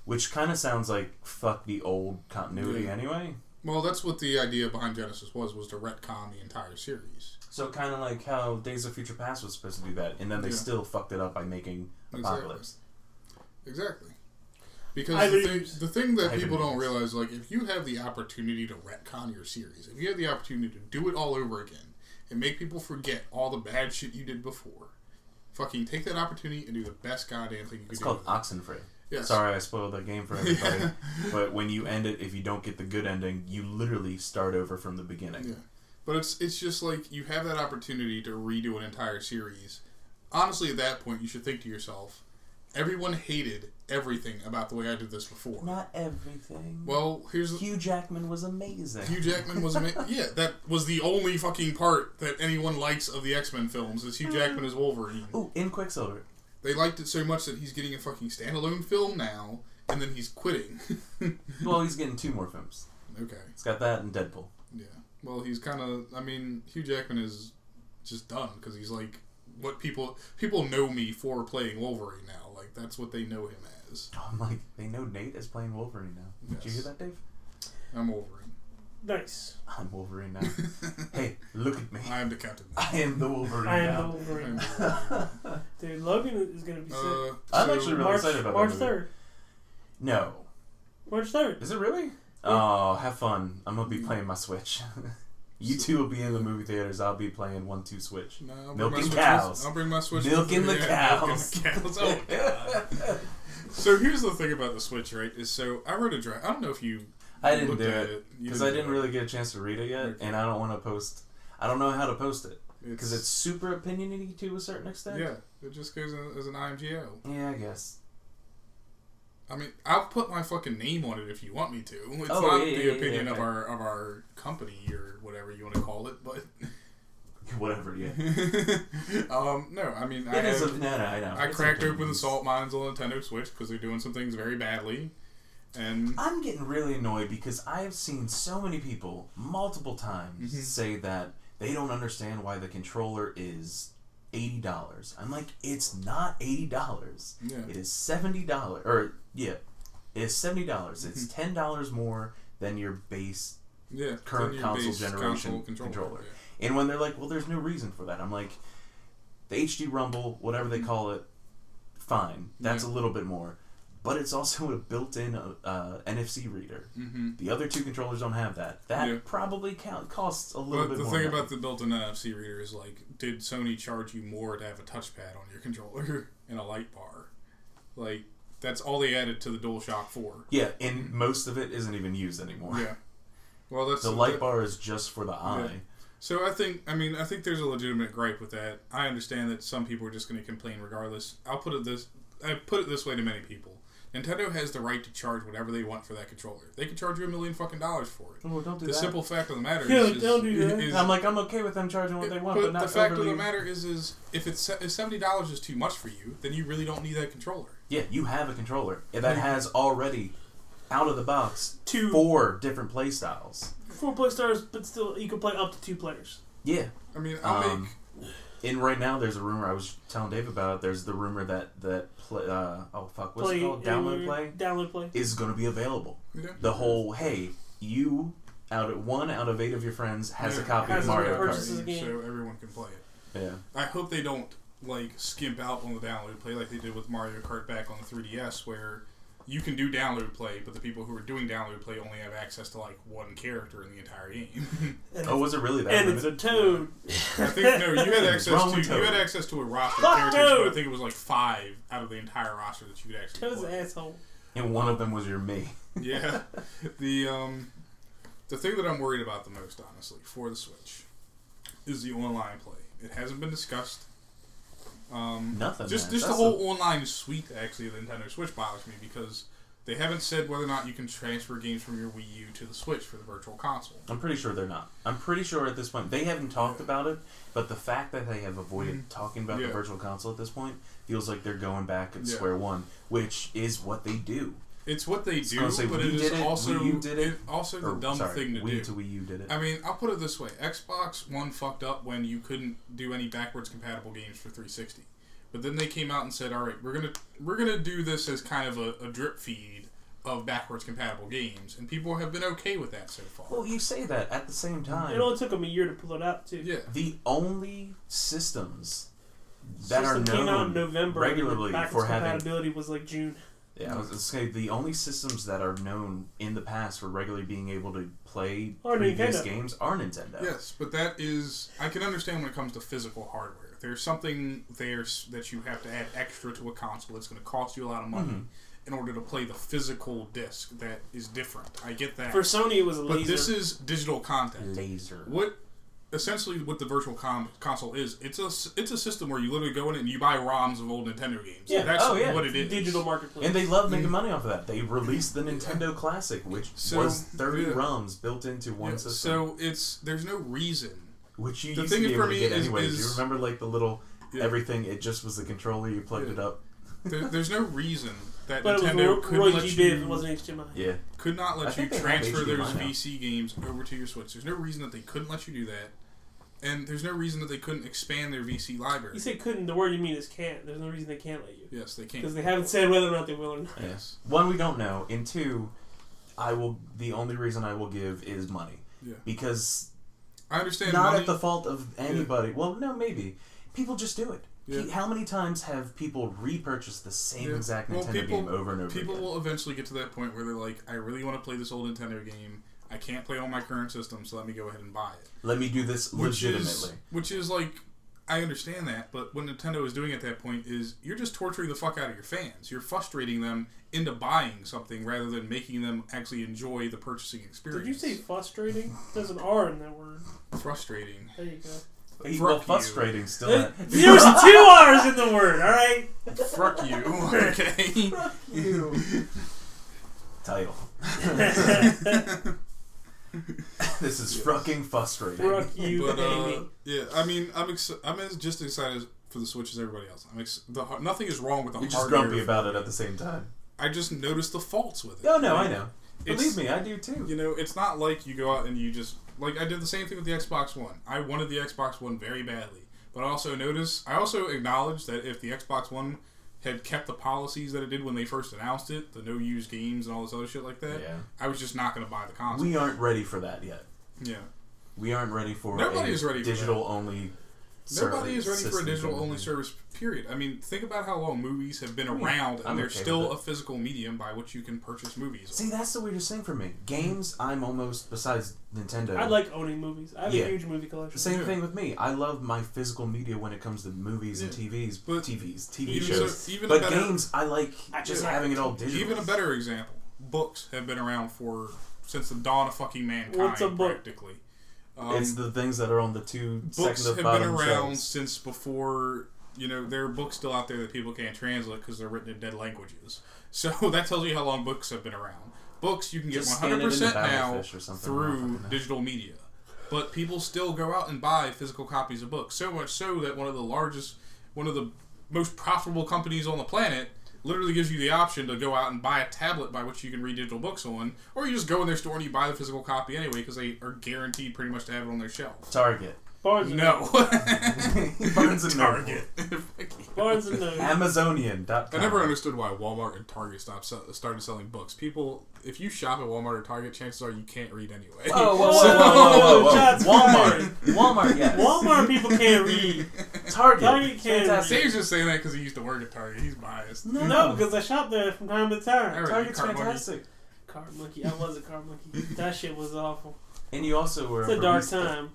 Speaker 2: which kind of sounds like fuck the old continuity
Speaker 1: Yeah.
Speaker 2: anyway.
Speaker 1: well, that's what the idea behind Genesis was was to retcon the entire series.
Speaker 2: So kind of like how Days of Future Past was supposed to do that, and then they
Speaker 1: Yeah.
Speaker 2: still fucked it up by making
Speaker 1: Exactly.
Speaker 2: Apocalypse.
Speaker 1: Exactly. Because
Speaker 3: I
Speaker 1: the thing,
Speaker 3: lose.
Speaker 1: the thing that
Speaker 2: I
Speaker 1: people don't
Speaker 2: lose.
Speaker 1: realize, like, if you have the opportunity to retcon your series, if you have the opportunity to do it all over again and make people forget all the bad shit you did before, fucking take that opportunity and do the best goddamn thing you
Speaker 2: It's
Speaker 1: can do.
Speaker 2: called Oxenfree.
Speaker 1: Yes.
Speaker 2: Sorry, I spoiled that game for
Speaker 1: Yeah. <laughs>
Speaker 2: everybody. but when you end it, if you don't get the good ending, you literally start over from the beginning.
Speaker 1: Yeah. But it's it's just like you have that opportunity to redo an entire series. Honestly, at that point, you should think to yourself, everyone hated everything about the way I did this before.
Speaker 2: Not everything.
Speaker 1: Well, here's the
Speaker 2: Hugh Jackman was amazing.
Speaker 1: Hugh Jackman was ama- <laughs> yeah, that was the only fucking part that anyone likes of the X Men films is Hugh Jackman as Wolverine.
Speaker 2: Ooh,
Speaker 1: <laughs>
Speaker 2: in Quicksilver.
Speaker 1: They liked it so much that he's getting a fucking standalone film now, and then he's quitting. <laughs>
Speaker 2: Well, he's getting two more films.
Speaker 1: okay,
Speaker 2: He's got that and Deadpool. <laughs>
Speaker 1: yeah. Well, he's kind of. I mean, Hugh Jackman is just done because he's like what people people know me for playing Wolverine now. Like that's what they know him as.
Speaker 2: Oh, I'm like, they know Nate is playing Wolverine now. Did you hear
Speaker 1: Yes.
Speaker 2: that, Dave?
Speaker 1: I'm Wolverine.
Speaker 3: Nice.
Speaker 2: I'm
Speaker 1: <laughs>
Speaker 2: Wolverine now. hey, look at me.
Speaker 1: I am the Captain.
Speaker 2: I am the Wolverine
Speaker 3: I am the
Speaker 2: now.
Speaker 3: Wolverine.
Speaker 1: I'm Wolverine.
Speaker 2: <laughs>
Speaker 3: Dude, Logan is gonna be sick.
Speaker 1: Uh,
Speaker 2: I'm
Speaker 1: so-
Speaker 2: actually really
Speaker 3: March
Speaker 2: excited about
Speaker 3: March
Speaker 2: that movie.
Speaker 3: third.
Speaker 2: No.
Speaker 3: March third.
Speaker 2: Is it really? Oh, have fun. I'm gonna be
Speaker 1: Yeah.
Speaker 2: playing my Switch. <laughs> you two will be in the movie theaters. I'll be playing one two Switch.
Speaker 1: No, I'll bring
Speaker 2: Milking
Speaker 1: my Switch-
Speaker 2: cows.
Speaker 1: I'll bring my switch.
Speaker 2: Milking the
Speaker 1: Yeah, milking
Speaker 2: cows.
Speaker 1: the cows. Oh god. <laughs> so here's the thing about the Switch, right? Is so I wrote a draft. I don't know if you.
Speaker 2: I didn't
Speaker 1: looked
Speaker 2: do
Speaker 1: at
Speaker 2: it
Speaker 1: You
Speaker 2: because I didn't
Speaker 1: do it.
Speaker 2: really get a chance to read it yet, and I don't want to post. I don't know how to post it because it's super opinionated to a certain extent.
Speaker 1: yeah. It just goes in- as an IMGO.
Speaker 2: Yeah, I guess. <laughs>
Speaker 1: I mean, I'll put my fucking name on it if you want me to. It's
Speaker 2: Oh,
Speaker 1: not
Speaker 2: yeah,
Speaker 1: the
Speaker 2: yeah, yeah,
Speaker 1: opinion of
Speaker 2: okay.
Speaker 1: our of our company or whatever you want to call it, but
Speaker 2: Whatever. Yeah.
Speaker 1: <laughs> um, no, I mean, I
Speaker 2: It is
Speaker 1: have-
Speaker 2: a no, no, I know.
Speaker 1: I
Speaker 2: It's
Speaker 1: cracked
Speaker 2: okay.
Speaker 1: open the salt mines on Nintendo Switch because they're doing some things very badly, and
Speaker 2: I'm getting really annoyed because I have seen so many people multiple times
Speaker 1: Mhm.
Speaker 2: say that they don't understand why the controller is eighty dollars. I'm like, it's not eighty dollars.
Speaker 1: yeah,
Speaker 2: It is seventy dollars, or yeah, it's seventy dollars. It's
Speaker 1: Mm-hmm.
Speaker 2: ten dollars more than your base.
Speaker 1: yeah, it's
Speaker 2: current
Speaker 1: on your
Speaker 2: console
Speaker 1: base
Speaker 2: generation controller. And when they're like, well, there's no reason for that. I'm like, the HD Rumble, whatever
Speaker 1: Mm-hmm.
Speaker 2: they call it, fine. That's a little bit more, but it's also a built-in uh, uh, NFC reader.
Speaker 1: Yeah. hmm
Speaker 2: The other two controllers don't have that. That
Speaker 1: Yeah.
Speaker 2: probably count, costs a little
Speaker 1: But
Speaker 2: bit
Speaker 1: the
Speaker 2: more.
Speaker 1: thing
Speaker 2: than-
Speaker 1: about the built-in NFC reader is like, did Sony charge you more to have a touchpad on your <laughs> controller and a light bar? Like, that's all they added to the DualShock
Speaker 2: <laughs>
Speaker 1: Four.
Speaker 2: yeah, and most of it isn't even used anymore.
Speaker 1: Yeah. Well, that's
Speaker 2: <laughs> The light bar is just for the eye.
Speaker 1: So I think, I mean, I think there's a legitimate gripe with that. I understand that some people are just going to complain regardless. I'll put it this, I put it this way to many people: Nintendo has the right to charge whatever they want for that controller. They could charge you a million fucking dollars for it.
Speaker 2: Oh, don't do
Speaker 1: the
Speaker 2: that.
Speaker 1: simple fact of the
Speaker 2: <laughs>
Speaker 1: matter
Speaker 3: Yeah,
Speaker 1: is,
Speaker 3: don't do that.
Speaker 1: is-
Speaker 2: I'm like, I'm okay with them charging what they want,
Speaker 1: but
Speaker 2: but, not
Speaker 1: the fact
Speaker 2: overly.
Speaker 1: of the matter is, is if it's se- if seventy dollars is too much for you, then you really don't need that controller.
Speaker 2: Yeah, you have a controller that has already, out of the box,
Speaker 3: Two four,
Speaker 2: four different play styles.
Speaker 3: play stars, but still you can play up to two players.
Speaker 2: Yeah,
Speaker 1: I mean, I'll
Speaker 2: Um,
Speaker 1: make
Speaker 2: and right now there's a rumor I was telling Dave about. There's the rumor that that play, uh, oh fuck, what's
Speaker 3: play
Speaker 2: it called? Download
Speaker 3: anywhere-
Speaker 2: play
Speaker 3: Download play.
Speaker 2: is going to be available.
Speaker 1: you know,
Speaker 2: the whole hey you out of one out of eight of your friends has a
Speaker 1: yeah,
Speaker 2: copy
Speaker 3: Has
Speaker 2: of
Speaker 3: a
Speaker 2: Mario
Speaker 3: purchase
Speaker 2: Kart.
Speaker 3: purchases the game.
Speaker 1: so everyone can play it.
Speaker 2: Yeah,
Speaker 1: I hope they don't like skimp out on the download play like they did with Mario Kart back on the 3DS, where you can do download play, but the people who are doing download play only have access to like one character in the entire game. <laughs>
Speaker 3: And,
Speaker 2: Oh, was it really that
Speaker 3: and it's
Speaker 2: limited?
Speaker 3: Toad.
Speaker 1: I think no, you had access
Speaker 2: Wrong
Speaker 1: to you
Speaker 2: Toad.
Speaker 1: had access to a roster of
Speaker 3: Fuck
Speaker 1: characters, but I
Speaker 3: Toad.
Speaker 1: think it was like five out of the entire roster that you could actually
Speaker 3: Toad's an
Speaker 1: play.
Speaker 3: asshole.
Speaker 2: And one of them was your me.
Speaker 1: yeah. The um the thing that I'm worried about the most, honestly, for the Switch is the online play. It hasn't been discussed. Um
Speaker 2: Nothing.
Speaker 1: just
Speaker 2: man.
Speaker 1: just the
Speaker 2: That's
Speaker 1: whole online suite actually of the Nintendo Switch bothers me because they haven't said whether or not you can transfer games from your Wii U to the Switch for the virtual console.
Speaker 2: I'm pretty sure they're not. I'm pretty sure at this point they haven't talked about it, but the fact that they have avoided talking about
Speaker 1: Mm. Yeah.
Speaker 2: the virtual console at this point feels like they're going back at
Speaker 1: Yeah.
Speaker 2: square one, which is what they do.
Speaker 1: It's what they do,
Speaker 2: gonna say,
Speaker 1: but
Speaker 2: we
Speaker 1: it is
Speaker 2: did it,
Speaker 1: also
Speaker 2: Wii U did it,
Speaker 1: also the
Speaker 2: Or,
Speaker 1: dumb
Speaker 2: sorry,
Speaker 1: thing to
Speaker 2: Wii
Speaker 1: do.
Speaker 2: to Wii U did it.
Speaker 1: I mean, I'll put it this way: Xbox One fucked up when you couldn't do any backwards compatible games for 360. But then they came out and said, "All right, we're gonna we're gonna do this as kind of a, a drip feed of backwards compatible games," and people have been okay with that so far.
Speaker 2: well, you say that at the same
Speaker 3: It
Speaker 2: time.
Speaker 3: only took him a year to pull it out too.
Speaker 1: yeah,
Speaker 2: the only systems that
Speaker 3: System
Speaker 2: are
Speaker 3: came
Speaker 2: known
Speaker 3: out in November. and then
Speaker 2: regularly
Speaker 3: backwards
Speaker 2: for having
Speaker 3: compatibility was like June.
Speaker 2: Yeah, I was gonna say the only systems that are known in the past for regularly being able to play
Speaker 3: Are
Speaker 2: previous
Speaker 3: Nintendo.
Speaker 2: games are Nintendo.
Speaker 1: Yes, but that is I can understand when it comes to physical hardware. There's something there s- that you have to add extra to a console. It's going to cost you a lot of money
Speaker 3: Mm-hmm.
Speaker 1: in order to play the physical disc that is different. I get that.
Speaker 3: For Sony, it was a
Speaker 1: but
Speaker 3: laser.
Speaker 1: this is digital content.
Speaker 2: Laser.
Speaker 1: What essentially what the virtual com- console is, it's a s- it's a system where you literally go in and you buy ROMs of old Nintendo games.
Speaker 3: Yeah.
Speaker 1: That's
Speaker 2: Oh, yeah.
Speaker 1: what it is.
Speaker 3: digital marketplace.
Speaker 2: And they love making money off of that. They released the Nintendo Classic, which
Speaker 1: So,
Speaker 2: was 30
Speaker 1: yeah.
Speaker 2: ROMs built into one
Speaker 1: Yeah,
Speaker 2: system.
Speaker 1: so it's there's no reason
Speaker 2: which you
Speaker 1: the
Speaker 2: used to
Speaker 1: thing
Speaker 2: be
Speaker 1: for
Speaker 2: able to
Speaker 1: me
Speaker 2: get
Speaker 1: is-
Speaker 2: anyway. Do you
Speaker 1: is-
Speaker 2: remember, like, the little
Speaker 1: Yeah.
Speaker 2: everything? It just was the controller, you plugged
Speaker 1: Yeah.
Speaker 2: it up.
Speaker 1: there, there's no reason that
Speaker 3: But
Speaker 1: Nintendo
Speaker 3: it was
Speaker 1: could
Speaker 3: Roy, Roy
Speaker 1: let
Speaker 3: G.
Speaker 1: you
Speaker 3: Biv. It wasn't HDMI.
Speaker 2: Yeah.
Speaker 1: could not
Speaker 2: I
Speaker 1: let you
Speaker 2: think they have
Speaker 1: transfer
Speaker 2: HDMI
Speaker 1: those
Speaker 2: now.
Speaker 1: VC games over to your Switch. There's no reason that they couldn't let you do that. And there's no reason that they couldn't expand their VC library.
Speaker 3: You say couldn't. The word you mean is can't. There's no reason they can't let you
Speaker 1: Yes, they
Speaker 3: because
Speaker 1: can.
Speaker 3: they haven't said whether or not they will or not.
Speaker 1: Yes.
Speaker 2: One, we don't know. And two, I will. the only reason I will give is money.
Speaker 1: Yeah.
Speaker 2: Because
Speaker 1: I understand
Speaker 2: not
Speaker 1: money.
Speaker 2: at the fault of anybody. Well, no, maybe people just do it.
Speaker 1: Yeah.
Speaker 2: Pe- How many times have people repurchased the same
Speaker 1: Yeah.
Speaker 2: exact
Speaker 1: Well,
Speaker 2: Nintendo
Speaker 1: people-
Speaker 2: game over and over
Speaker 1: People
Speaker 2: again?
Speaker 1: will eventually get to that point where they're like, I really want to play this old Nintendo game. I can't play on my current system, so let me go ahead and buy it.
Speaker 2: Let me do this
Speaker 1: Which
Speaker 2: legitimately.
Speaker 1: is, which is like, I understand that, but what Nintendo is doing at that point is you're just torturing the fuck out of your fans. You're frustrating them into buying something rather than making them actually enjoy the purchasing experience.
Speaker 3: Did you say frustrating? There's an R in that word.
Speaker 1: frustrating?
Speaker 3: There you go.
Speaker 2: Hey,
Speaker 1: Fuck
Speaker 2: well,
Speaker 1: you. <laughs>
Speaker 2: frustrating still.
Speaker 3: There-
Speaker 2: that-
Speaker 3: There's two R's in the word. All right.
Speaker 1: Fuck you. <laughs>
Speaker 3: <laughs>
Speaker 1: Okay.
Speaker 2: title. <laughs> this is fucking frustrating.
Speaker 3: Fuck you,
Speaker 1: but uh,
Speaker 3: Amy.
Speaker 1: yeah, I mean, I'm ex- I'm as just as excited for the Switch as everybody else. I'm ex- the, har- nothing is wrong with the
Speaker 2: You're just
Speaker 1: hardware.
Speaker 2: grumpy about it at the same time. Oh,
Speaker 1: I just noticed the faults with it.
Speaker 2: No, no, I know.
Speaker 1: It's-
Speaker 2: Believe me, I do too.
Speaker 1: You know, it's not like you go out and you just like I did the same thing with the Xbox One. I wanted the Xbox One very badly, but I also notice I also acknowledge that if the Xbox One had kept the policies that it did when they first announced it, the no use games and all this other shit like that,
Speaker 2: Yeah.
Speaker 1: I was just not going to buy the console.
Speaker 2: We aren't ready for that yet.
Speaker 1: yeah,
Speaker 2: We aren't ready for
Speaker 1: Nobody
Speaker 2: a
Speaker 1: is ready for that.
Speaker 2: digital only.
Speaker 1: nobody is ready for a digital only
Speaker 2: service.
Speaker 1: service. Period. I mean, think about how long movies have been around, and
Speaker 2: I'm
Speaker 1: they're
Speaker 2: okay with
Speaker 1: still
Speaker 2: it.
Speaker 1: a physical medium by which you can purchase movies.
Speaker 2: See, that's the weirdest thing for me. Games, I'm almost besides
Speaker 1: uh,
Speaker 2: Nintendo.
Speaker 3: I like owning movies. I have
Speaker 2: Yeah.
Speaker 3: a huge movie collection.
Speaker 2: same
Speaker 1: Yeah.
Speaker 2: thing with me. I love my physical media when it comes to movies and
Speaker 1: Yeah,
Speaker 2: TVs,
Speaker 1: but
Speaker 2: TVs, TV
Speaker 1: even
Speaker 2: shows.
Speaker 1: so- even a
Speaker 2: but
Speaker 1: better-
Speaker 2: games, I like
Speaker 3: I
Speaker 2: just
Speaker 3: just-
Speaker 2: having it all digital.
Speaker 1: Even a better example: books have been around for since the dawn of fucking mankind.
Speaker 3: What's a book?
Speaker 1: Practically, um,
Speaker 2: it's the things that are on the two
Speaker 1: books
Speaker 2: second
Speaker 1: have
Speaker 2: of
Speaker 1: been
Speaker 2: bottom
Speaker 1: around
Speaker 2: shelves.
Speaker 1: since before. You know, there are books still out there that people can't translate because they're written in dead languages. <laughs> So that tells you how long books have been around. Books you can get
Speaker 2: Just
Speaker 1: one
Speaker 2: scan it
Speaker 1: hundred
Speaker 2: into
Speaker 1: percent now
Speaker 2: Battlefish or something. I don't
Speaker 1: through
Speaker 2: fucking know.
Speaker 1: digital media, but people still go out and buy physical copies of books. So much so that one of the largest, one of the most profitable companies on the planet, literally gives you the option to go out and buy a tablet by which you can read digital books on, or you just go in their store and you buy the physical copy anyway because they are guaranteed pretty much to have it on their shelf. <laughs>
Speaker 2: Target,
Speaker 3: Barnes and
Speaker 1: No.
Speaker 2: Barnes and Noble,
Speaker 1: Target.
Speaker 3: Barnes and Noble.
Speaker 2: Amazonian.com.
Speaker 1: I never understood why Walmart and Target stopped se- started selling books. People, if you shop at Walmart or Target, chances are you can't read anyway. <laughs>
Speaker 2: Oh, Whoa, whoa, whoa,
Speaker 3: So-
Speaker 2: whoa, whoa, whoa, whoa.
Speaker 3: Shots
Speaker 2: Walmart, Walmart, yes. <laughs>
Speaker 3: <laughs> Walmart people can't read.
Speaker 2: Target,
Speaker 3: Target can-
Speaker 2: fantastic.
Speaker 1: Save's just saying that because he used to work at Target. He's biased.
Speaker 2: No.
Speaker 3: No, because I shop there from time to time.
Speaker 1: Alright.
Speaker 2: Target's
Speaker 1: Cart monkey.
Speaker 2: fantastic.
Speaker 3: Car monkey. I was a car monkey. That shit was awful.
Speaker 2: And you also were
Speaker 3: It's a dark
Speaker 2: barista.
Speaker 3: time.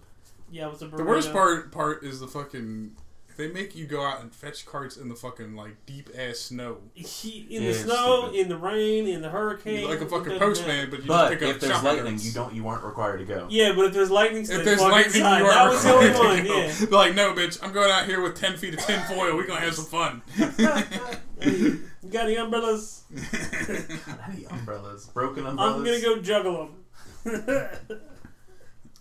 Speaker 3: Yeah, it was a
Speaker 1: The
Speaker 3: burrito.
Speaker 1: worst part part is the fucking. They make you go out and fetch carts in the fucking like deep ass snow.
Speaker 3: He, in
Speaker 2: Yeah,
Speaker 3: the snow,
Speaker 2: stupid.
Speaker 3: in the rain, in the hurricane.
Speaker 1: You're like a
Speaker 3: it
Speaker 1: fucking
Speaker 3: doesn't matter.
Speaker 1: postman, but you
Speaker 2: But
Speaker 1: just pick up
Speaker 2: if there's
Speaker 1: shopping
Speaker 2: lightning,
Speaker 1: carts.
Speaker 2: you don't. You aren't required to go.
Speaker 3: Yeah, but if there's lightning,
Speaker 1: If
Speaker 3: stay
Speaker 1: there's
Speaker 3: fucking
Speaker 1: lightning, you
Speaker 3: inside.
Speaker 1: are
Speaker 3: That was the only
Speaker 1: required to
Speaker 3: one.
Speaker 1: go.
Speaker 3: Yeah.
Speaker 1: <laughs> They're like, no, bitch, I'm going out here with ten feet of tin foil. We're gonna have some fun. <laughs>
Speaker 3: Hey, you got any umbrellas?
Speaker 2: I need umbrellas. Broken umbrellas.
Speaker 3: I'm gonna go juggle them.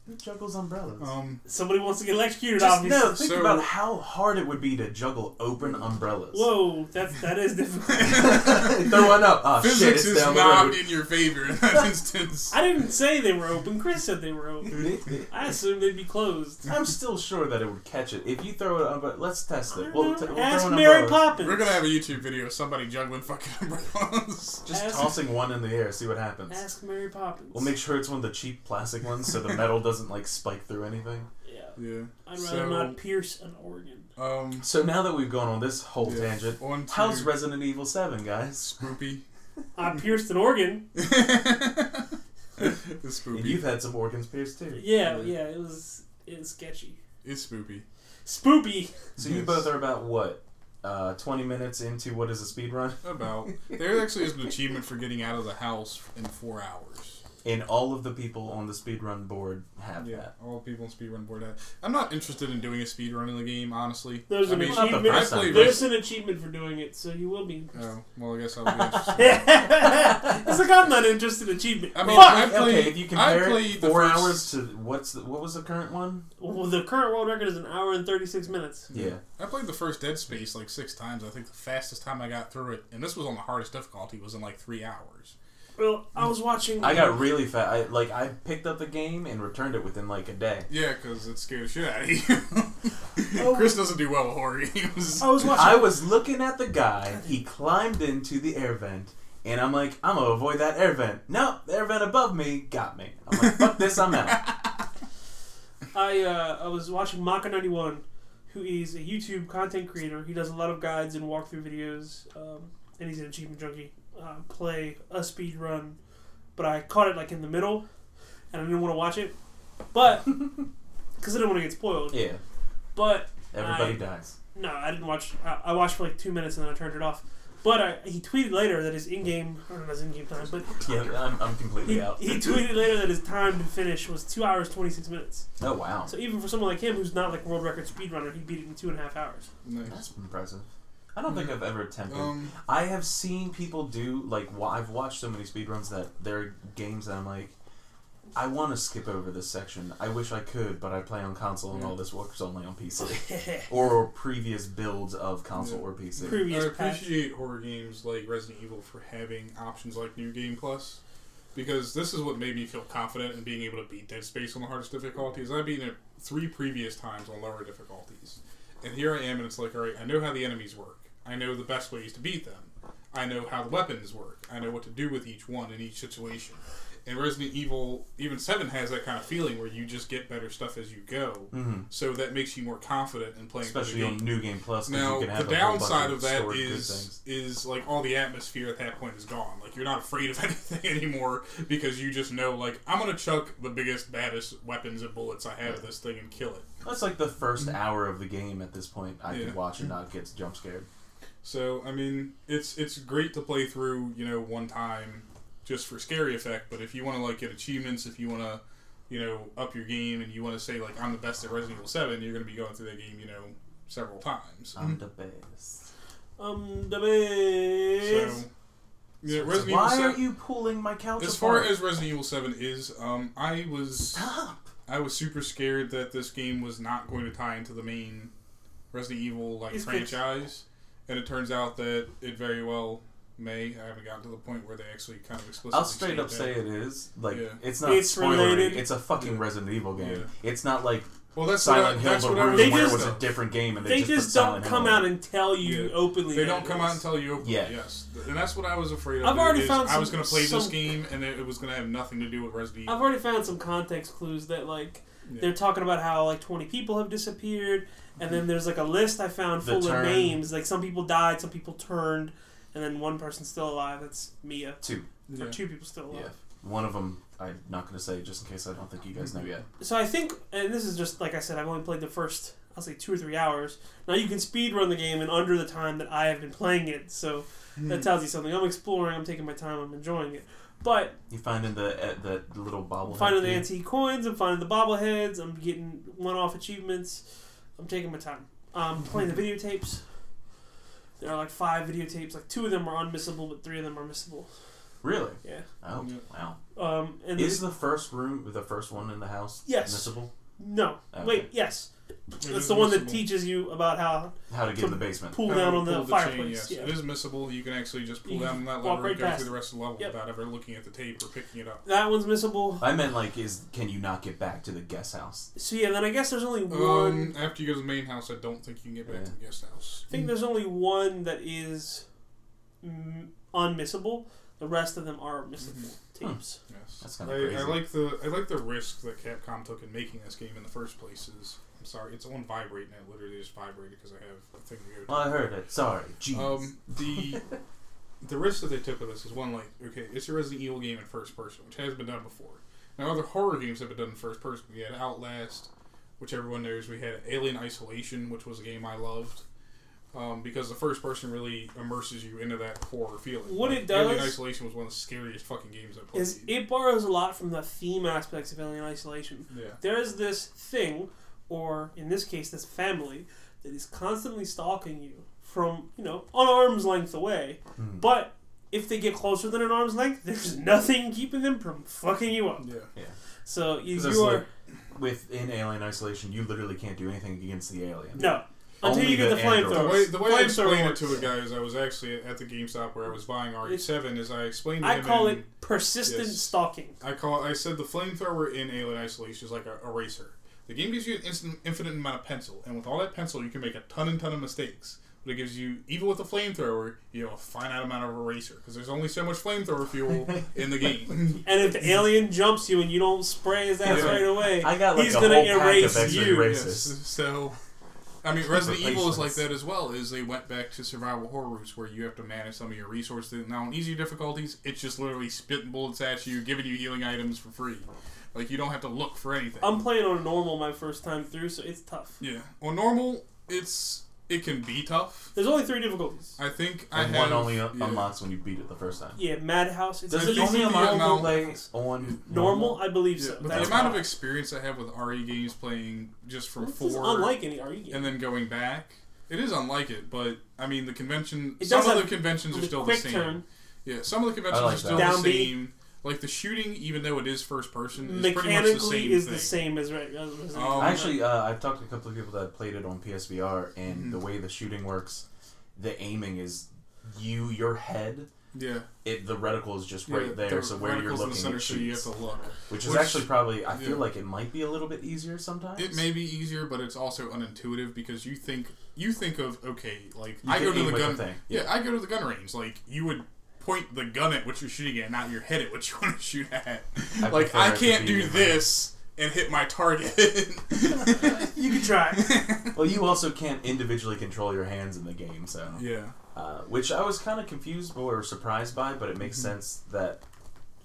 Speaker 2: Who juggles umbrellas?
Speaker 1: um,
Speaker 3: <laughs> Somebody wants to Oh. get electrocuted,
Speaker 2: Just
Speaker 3: obviously.
Speaker 2: no. Think
Speaker 1: So-
Speaker 2: about how hard it would be to juggle open umbrellas.
Speaker 3: Whoa, that's that is difficult.
Speaker 2: <laughs> Throw one up. Oh shit!
Speaker 1: physics
Speaker 2: It's
Speaker 1: is
Speaker 2: down the
Speaker 1: not
Speaker 2: road.
Speaker 1: in your favor in
Speaker 3: <laughs>
Speaker 1: that instance.
Speaker 3: I didn't say they were open. Chris said they were open. I assumed they'd be closed.
Speaker 2: I'm still sure that it would catch it if you throw it. Umbre- let's test
Speaker 3: I
Speaker 2: it.
Speaker 3: don't
Speaker 2: We'll,
Speaker 3: know.
Speaker 2: t- we'll
Speaker 3: Ask
Speaker 2: throw an
Speaker 3: Mary
Speaker 2: umbrella.
Speaker 3: Poppins.
Speaker 1: We're gonna have a YouTube video of somebody juggling fucking <laughs> umbrellas.
Speaker 2: Just
Speaker 3: Ask-
Speaker 2: tossing one in the air, see what happens.
Speaker 3: Ask Mary
Speaker 1: <laughs>
Speaker 3: Poppins.
Speaker 2: We'll make sure it's one of the cheap plastic ones, so the metal doesn't like spike through anything.
Speaker 3: yeah.
Speaker 1: Yeah.
Speaker 3: I'd rather
Speaker 1: So-
Speaker 3: not pierce an organ.
Speaker 1: Um.
Speaker 2: So now that we've gone on this whole
Speaker 1: yeah.
Speaker 2: tangent,
Speaker 1: On to
Speaker 2: how's Resident Evil 7, guys?
Speaker 3: <laughs>
Speaker 1: Spoopy. <laughs>
Speaker 3: I pierced an organ.
Speaker 1: the
Speaker 2: And
Speaker 1: spoopy.
Speaker 2: you've had some organs pierced too.
Speaker 3: Yeah, yeah, it was it was sketchy.
Speaker 1: It's spoopy.
Speaker 3: Spoopy.
Speaker 2: So you
Speaker 1: Yes.
Speaker 2: both are about what? Uh, 20 minutes into what is a speed run?
Speaker 1: About there actually is an achievement for getting out of the house in four hours.
Speaker 2: And all of the people on the speed run board have
Speaker 1: Yeah, all people in speedrun board. That. I'm not interested in doing a speedrun in the game, honestly.
Speaker 3: There's
Speaker 1: I
Speaker 3: an
Speaker 1: mean,
Speaker 2: not the
Speaker 3: achievement.
Speaker 2: first time.
Speaker 1: I played
Speaker 3: There's an achievement for doing it, so you will be.
Speaker 1: Oh, well, I guess I'll be
Speaker 3: <laughs>
Speaker 1: interested.
Speaker 3: it's like I'm not interested in achievement.
Speaker 1: I mean,
Speaker 3: Fuck!
Speaker 1: I
Speaker 2: that.
Speaker 1: played.
Speaker 2: okay, if you
Speaker 1: I
Speaker 2: compare
Speaker 1: played
Speaker 2: it
Speaker 1: the
Speaker 2: four
Speaker 1: first-
Speaker 2: hours to what's the, what was the current one?
Speaker 3: Well, the current world record is an hour and 36 minutes.
Speaker 2: Yeah.
Speaker 1: I played the first Dead Space like six times. I think the fastest time I got through it, and this was on the hardest difficulty, was in like three hours.
Speaker 3: Well, I was watching.
Speaker 2: I got really fat. I like I picked up the game and returned it within like a day.
Speaker 1: Yeah, because it scared the shit out of you.
Speaker 3: Oh.
Speaker 1: <laughs> Chris doesn't do well with horror games.
Speaker 3: I was watching.
Speaker 2: I was looking at the guy. He climbed into the air vent, and I'm like, I'm gonna avoid that air vent. No, the air vent above me got me. I'm like, fuck this, I'm
Speaker 3: <laughs>
Speaker 2: out.
Speaker 3: I uh, I was watching Maka ninety one, who is a YouTube content creator. He does a lot of guides and walkthrough videos, um, and he's an achievement junkie. Uh, play a speed run, but I caught it like in the middle, and I didn't want to watch it, but because I didn't want to get spoiled.
Speaker 2: Yeah,
Speaker 3: But
Speaker 2: everybody
Speaker 3: I-
Speaker 2: dies.
Speaker 3: no, I didn't watch. I, I watched for like two minutes and then I turned it off. But I, he tweeted later that his in game, or not his in game time, but
Speaker 2: Yeah, I'm, I'm completely
Speaker 3: he,
Speaker 2: out.
Speaker 3: he tweeted later that his time to finish was two hours twenty six minutes.
Speaker 2: Oh wow,
Speaker 3: So even for someone like him, who's not like world record speedrunner, he beat it in two and a half hours.
Speaker 1: Nice.
Speaker 2: that's impressive. I don't think I've ever attempted.
Speaker 3: Mm.
Speaker 1: Um,
Speaker 2: I have seen people do like wa- I've watched so many speedruns that there are games that I'm like, I want to skip over this section. I wish I could, but I play on console and all this works only on
Speaker 3: <laughs>
Speaker 2: PC or previous builds of console or PC.
Speaker 1: I
Speaker 3: Previous patch.
Speaker 1: appreciate horror games like Resident Evil for having options like New Game Plus, because this is what made me feel confident in being able to beat Dead Space on the hardest difficulties. I've beaten it three previous times on lower difficulties, and here I am, and it's like, all right, I know how the enemies work. I know the best ways to beat them. I know how the weapons work. I know what to do with each one in each situation. And Resident Evil, even Seven, has that kind of feeling where you just get better stuff as you go.
Speaker 2: Mhm.
Speaker 1: So that makes you more confident in playing. through
Speaker 2: Especially
Speaker 1: the
Speaker 2: on
Speaker 1: game.
Speaker 2: New Game Plus. 'cause
Speaker 1: Now
Speaker 2: you can
Speaker 1: the
Speaker 2: have a whole bunch
Speaker 1: downside of that
Speaker 2: stored good
Speaker 1: is
Speaker 2: things.
Speaker 1: is like all the atmosphere at that point is gone. Like you're not afraid of <laughs> anything anymore because you just know like I'm gonna chuck the biggest, baddest weapons and bullets I have at this thing and kill it.
Speaker 2: that's like the first hour of the game. At this point, I
Speaker 1: Mm-hmm. Yeah.
Speaker 2: could watch and not get jump scared.
Speaker 1: So I mean, it's it's great to play through you know one time just for scary effect. But if you want to like get achievements, if you want to you know up your game and you want to say like I'm the best at Resident Evil Seven, you're gonna be going through that game you know several times.
Speaker 2: I'm the best.
Speaker 3: Um, the
Speaker 1: So.
Speaker 3: best.
Speaker 1: Yeah,
Speaker 2: So
Speaker 1: Resident Evil
Speaker 2: why
Speaker 1: 7
Speaker 2: are you pulling my couch
Speaker 1: As far
Speaker 2: apart?
Speaker 1: as Resident Evil Seven is, um, I was
Speaker 2: Stop.
Speaker 1: I was super scared that this game was not going to tie into the main Resident Evil like
Speaker 3: It's good.
Speaker 1: franchise, and it turns out that it very well may. I haven't gotten to the point where they actually kind of explicitly.
Speaker 2: I'll straight up say
Speaker 1: state that.
Speaker 2: it is like
Speaker 1: Yeah.
Speaker 2: it's not
Speaker 3: It's
Speaker 2: spoilery.
Speaker 3: related.
Speaker 2: It's a fucking Resident Evil game. It's not like
Speaker 1: Well, that's
Speaker 2: Silent
Speaker 1: what I,
Speaker 2: Hill,
Speaker 1: that's
Speaker 2: but
Speaker 1: what I
Speaker 2: Room
Speaker 1: was
Speaker 3: They
Speaker 2: where
Speaker 1: aware
Speaker 2: it
Speaker 3: just-
Speaker 2: was
Speaker 1: of.
Speaker 2: a different game, and
Speaker 3: They
Speaker 2: they,
Speaker 3: just,
Speaker 2: put
Speaker 3: don't
Speaker 2: Silent
Speaker 3: come
Speaker 2: Hill
Speaker 3: out
Speaker 2: in.
Speaker 3: and tell you
Speaker 1: Yeah.
Speaker 3: openly.
Speaker 1: They
Speaker 3: that
Speaker 1: don't
Speaker 3: it
Speaker 1: come out
Speaker 3: is.
Speaker 1: and tell you openly.
Speaker 2: Yeah.
Speaker 1: Yes, and that's what I was afraid of.
Speaker 3: I've
Speaker 1: that
Speaker 3: already
Speaker 1: it is.
Speaker 3: found
Speaker 1: I was
Speaker 3: some-
Speaker 1: going to play this
Speaker 3: some-
Speaker 1: game, and it, it was going to have nothing to do with Resident Evil.
Speaker 3: I've already found some context clues that like
Speaker 1: Yeah.
Speaker 3: they're talking about how like 20 people have disappeared, and then there's like a list I found
Speaker 2: The
Speaker 3: full of
Speaker 2: turn.
Speaker 3: names. Like some people died, some people turned, and then one person's still alive. That's Mia.
Speaker 2: Two,
Speaker 1: Yeah.
Speaker 3: Or two people still alive.
Speaker 2: yeah. One of them I'm not gonna say just in case I don't think you guys know
Speaker 1: Mm-hmm.
Speaker 2: yet.
Speaker 3: so I think, and this is just like I said, I've only played the first, I'll say two or three hours. Now you can speed run the game in under the time that I have been playing it, so
Speaker 1: Hmm.
Speaker 3: that tells you something. I'm exploring, I'm taking my time, I'm enjoying it. But
Speaker 2: You finding the uh, the little
Speaker 3: I'm
Speaker 2: bobblehead?
Speaker 3: finding the
Speaker 2: thing?
Speaker 3: antique coins, I'm finding the bobbleheads, I'm getting one-off achievements. I'm taking my time.
Speaker 2: <laughs>
Speaker 3: I'm playing the videotapes. There are like five videotapes. Like two of them are unmissable, but three of them are missable.
Speaker 2: Really?
Speaker 3: Yeah.
Speaker 2: Oh
Speaker 1: Yeah.
Speaker 2: wow!
Speaker 3: Um, and
Speaker 2: Is the first room the first one in the house?
Speaker 3: Yes.
Speaker 2: Missable.
Speaker 3: no,
Speaker 2: Okay.
Speaker 3: wait, yes,
Speaker 1: It
Speaker 3: that's
Speaker 1: is
Speaker 3: the one that
Speaker 1: missable.
Speaker 3: teaches you about how
Speaker 2: How to get in the basement?
Speaker 3: pull
Speaker 1: Kind
Speaker 3: down
Speaker 1: of
Speaker 3: on the
Speaker 1: pull chain,
Speaker 3: fireplace.
Speaker 1: yes.
Speaker 3: yeah.
Speaker 1: It is missable. You can actually just pull
Speaker 3: You
Speaker 1: down
Speaker 3: can
Speaker 1: that
Speaker 3: walk
Speaker 1: lever
Speaker 3: right
Speaker 1: and go
Speaker 3: past.
Speaker 1: through the rest of the level
Speaker 3: Yep.
Speaker 1: without ever looking at the tape or picking it up.
Speaker 3: That one's missable.
Speaker 2: I meant like, is can you not get back to the guest house?
Speaker 3: So yeah, then I guess there's only
Speaker 1: Um,
Speaker 3: one.
Speaker 1: after you go to the main house, I don't think you can get back to the guest house.
Speaker 3: I think there's only one that is mm, unmissable. The rest of them are mystical
Speaker 2: Hmm.
Speaker 3: tapes.
Speaker 1: Yes.
Speaker 2: That's kind of
Speaker 1: I,
Speaker 2: crazy.
Speaker 1: I like the I like the risk that Capcom took in making this game in the first place. Is I'm sorry, it's on vibrate and it literally just vibrated because I have a thing to go. to.
Speaker 2: well, I heard it. Sorry. Jeez.
Speaker 1: Um, the the risk that they took with this is one like okay, it's a Resident Evil game in first person, which has been done before. Now other horror games have been done in first person. We had Outlast, which everyone knows. We had Alien Isolation, which was a game I loved. Um, because the first person really immerses you into that horror feeling.
Speaker 3: What
Speaker 1: Like,
Speaker 3: it does-
Speaker 1: Alien Isolation was one of the scariest fucking games I played.
Speaker 3: Is it borrows a lot from the theme aspects of Alien Isolation.
Speaker 1: yeah.
Speaker 3: There is this thing, or in this case, this family, that is constantly stalking you from, you know, an arm's length away.
Speaker 2: Hmm.
Speaker 3: But if they get closer than an arm's length, there's nothing keeping them from fucking you up.
Speaker 1: Yeah.
Speaker 3: So you,
Speaker 2: 'Cause that's
Speaker 3: you are.
Speaker 2: like- within Alien Isolation, you literally can't do anything against the alien.
Speaker 3: No. Until
Speaker 2: Only
Speaker 3: you get
Speaker 2: the
Speaker 3: the
Speaker 1: The
Speaker 2: androids.
Speaker 3: flamethrower.
Speaker 1: way, the way I
Speaker 3: Flamethrower
Speaker 1: explained it
Speaker 3: works.
Speaker 1: to a guy is I was actually at the GameStop where I was buying RE7 is I explained to
Speaker 3: I
Speaker 1: him
Speaker 3: call
Speaker 1: in-
Speaker 3: it persistent
Speaker 1: Yes.
Speaker 3: stalking.
Speaker 1: I call I said the flamethrower in Alien Isolation is like a eraser. The game gives you an instant, infinite amount of pencil, and with all that pencil, you can make a ton and ton of mistakes. But it gives you, even with a flamethrower, you have a finite amount of eraser because there's only so much flamethrower fuel in the
Speaker 3: <laughs>
Speaker 1: game.
Speaker 3: And if the alien jumps you and you don't spray his ass
Speaker 1: Yeah.
Speaker 3: right away,
Speaker 2: I got like
Speaker 3: he's
Speaker 2: a
Speaker 3: gonna
Speaker 2: whole pack
Speaker 3: erase
Speaker 2: of extra
Speaker 3: you.
Speaker 1: Yes,
Speaker 2: erasers.
Speaker 1: So, I mean, Resident Evil is like
Speaker 2: Replacements.
Speaker 1: that as well. Is they went back to survival horror roots where you have to manage some of your resources. Now on easier difficulties, it's just literally spitting bullets at you, giving you healing items for free. Like you don't have to look for anything.
Speaker 3: I'm playing on normal my first time through, so it's tough.
Speaker 1: Yeah. On normal, it's it can be tough.
Speaker 3: There's only three difficulties.
Speaker 1: I think I
Speaker 2: And
Speaker 1: have
Speaker 2: one only
Speaker 1: yeah.
Speaker 2: un- unlocks when you beat it the first time.
Speaker 3: Yeah, Madhouse. It's
Speaker 2: Does
Speaker 1: If
Speaker 2: it
Speaker 1: you
Speaker 2: only
Speaker 1: see the
Speaker 2: unlock
Speaker 1: amount-
Speaker 2: when plays on
Speaker 3: normal? I believe
Speaker 1: Yeah,
Speaker 3: so.
Speaker 1: but the
Speaker 3: That's
Speaker 1: amount of
Speaker 3: why.
Speaker 1: experience I have with RE games playing just from
Speaker 3: This
Speaker 1: four
Speaker 3: is unlike any RE game.
Speaker 1: and then going back, it is unlike it. But I mean, the convention.
Speaker 3: It
Speaker 1: some
Speaker 3: does
Speaker 1: of the
Speaker 3: have-
Speaker 1: conventions are
Speaker 3: With
Speaker 1: still the
Speaker 3: quick
Speaker 1: same.
Speaker 3: turn,
Speaker 1: Yeah, some of the conventions
Speaker 2: like
Speaker 1: are still
Speaker 3: that. Down
Speaker 1: the
Speaker 3: B.
Speaker 1: same. Like the shooting, even though it is first person, is pretty much the
Speaker 3: mechanically
Speaker 1: same
Speaker 3: is
Speaker 1: thing.
Speaker 3: the same as right. as Resident
Speaker 1: Um,
Speaker 3: Evil.
Speaker 2: Actually, uh, I've talked to a couple of people that played it on PSVR, and
Speaker 3: Mm-hmm.
Speaker 1: Mhm.
Speaker 2: the way the shooting works, the aiming is you, your head.
Speaker 1: Yeah,
Speaker 2: It, the reticle is just
Speaker 1: yeah,
Speaker 2: right there,
Speaker 1: the
Speaker 2: so where
Speaker 1: reticles
Speaker 2: you're
Speaker 1: in
Speaker 2: looking,
Speaker 1: the
Speaker 2: it
Speaker 1: center, so you have
Speaker 2: shoots.
Speaker 1: to look.
Speaker 2: which is
Speaker 1: which-
Speaker 2: actually probably, I
Speaker 1: yeah.
Speaker 2: feel like it might be a little bit easier sometimes.
Speaker 1: It may be easier, but it's also unintuitive because you think you think of okay, like
Speaker 2: You
Speaker 1: I
Speaker 2: can
Speaker 1: go to
Speaker 2: aim
Speaker 1: the
Speaker 2: with
Speaker 1: gun.
Speaker 2: the thing.
Speaker 1: Yeah, I go to the gun range. Like you would point the gun at what you're shooting at, not your head at what you <laughs> want to shoot at.
Speaker 2: I
Speaker 1: like
Speaker 2: prefer
Speaker 1: I
Speaker 2: it to
Speaker 1: can't
Speaker 2: be
Speaker 1: do
Speaker 2: different.
Speaker 1: this and hit my target. <laughs>
Speaker 3: you can try.
Speaker 2: Well, you also can't individually control your hands in the game, so.
Speaker 1: yeah,
Speaker 2: Uh, which I was kind of confused or surprised by, but it makes
Speaker 1: Mm-hmm.
Speaker 2: sense that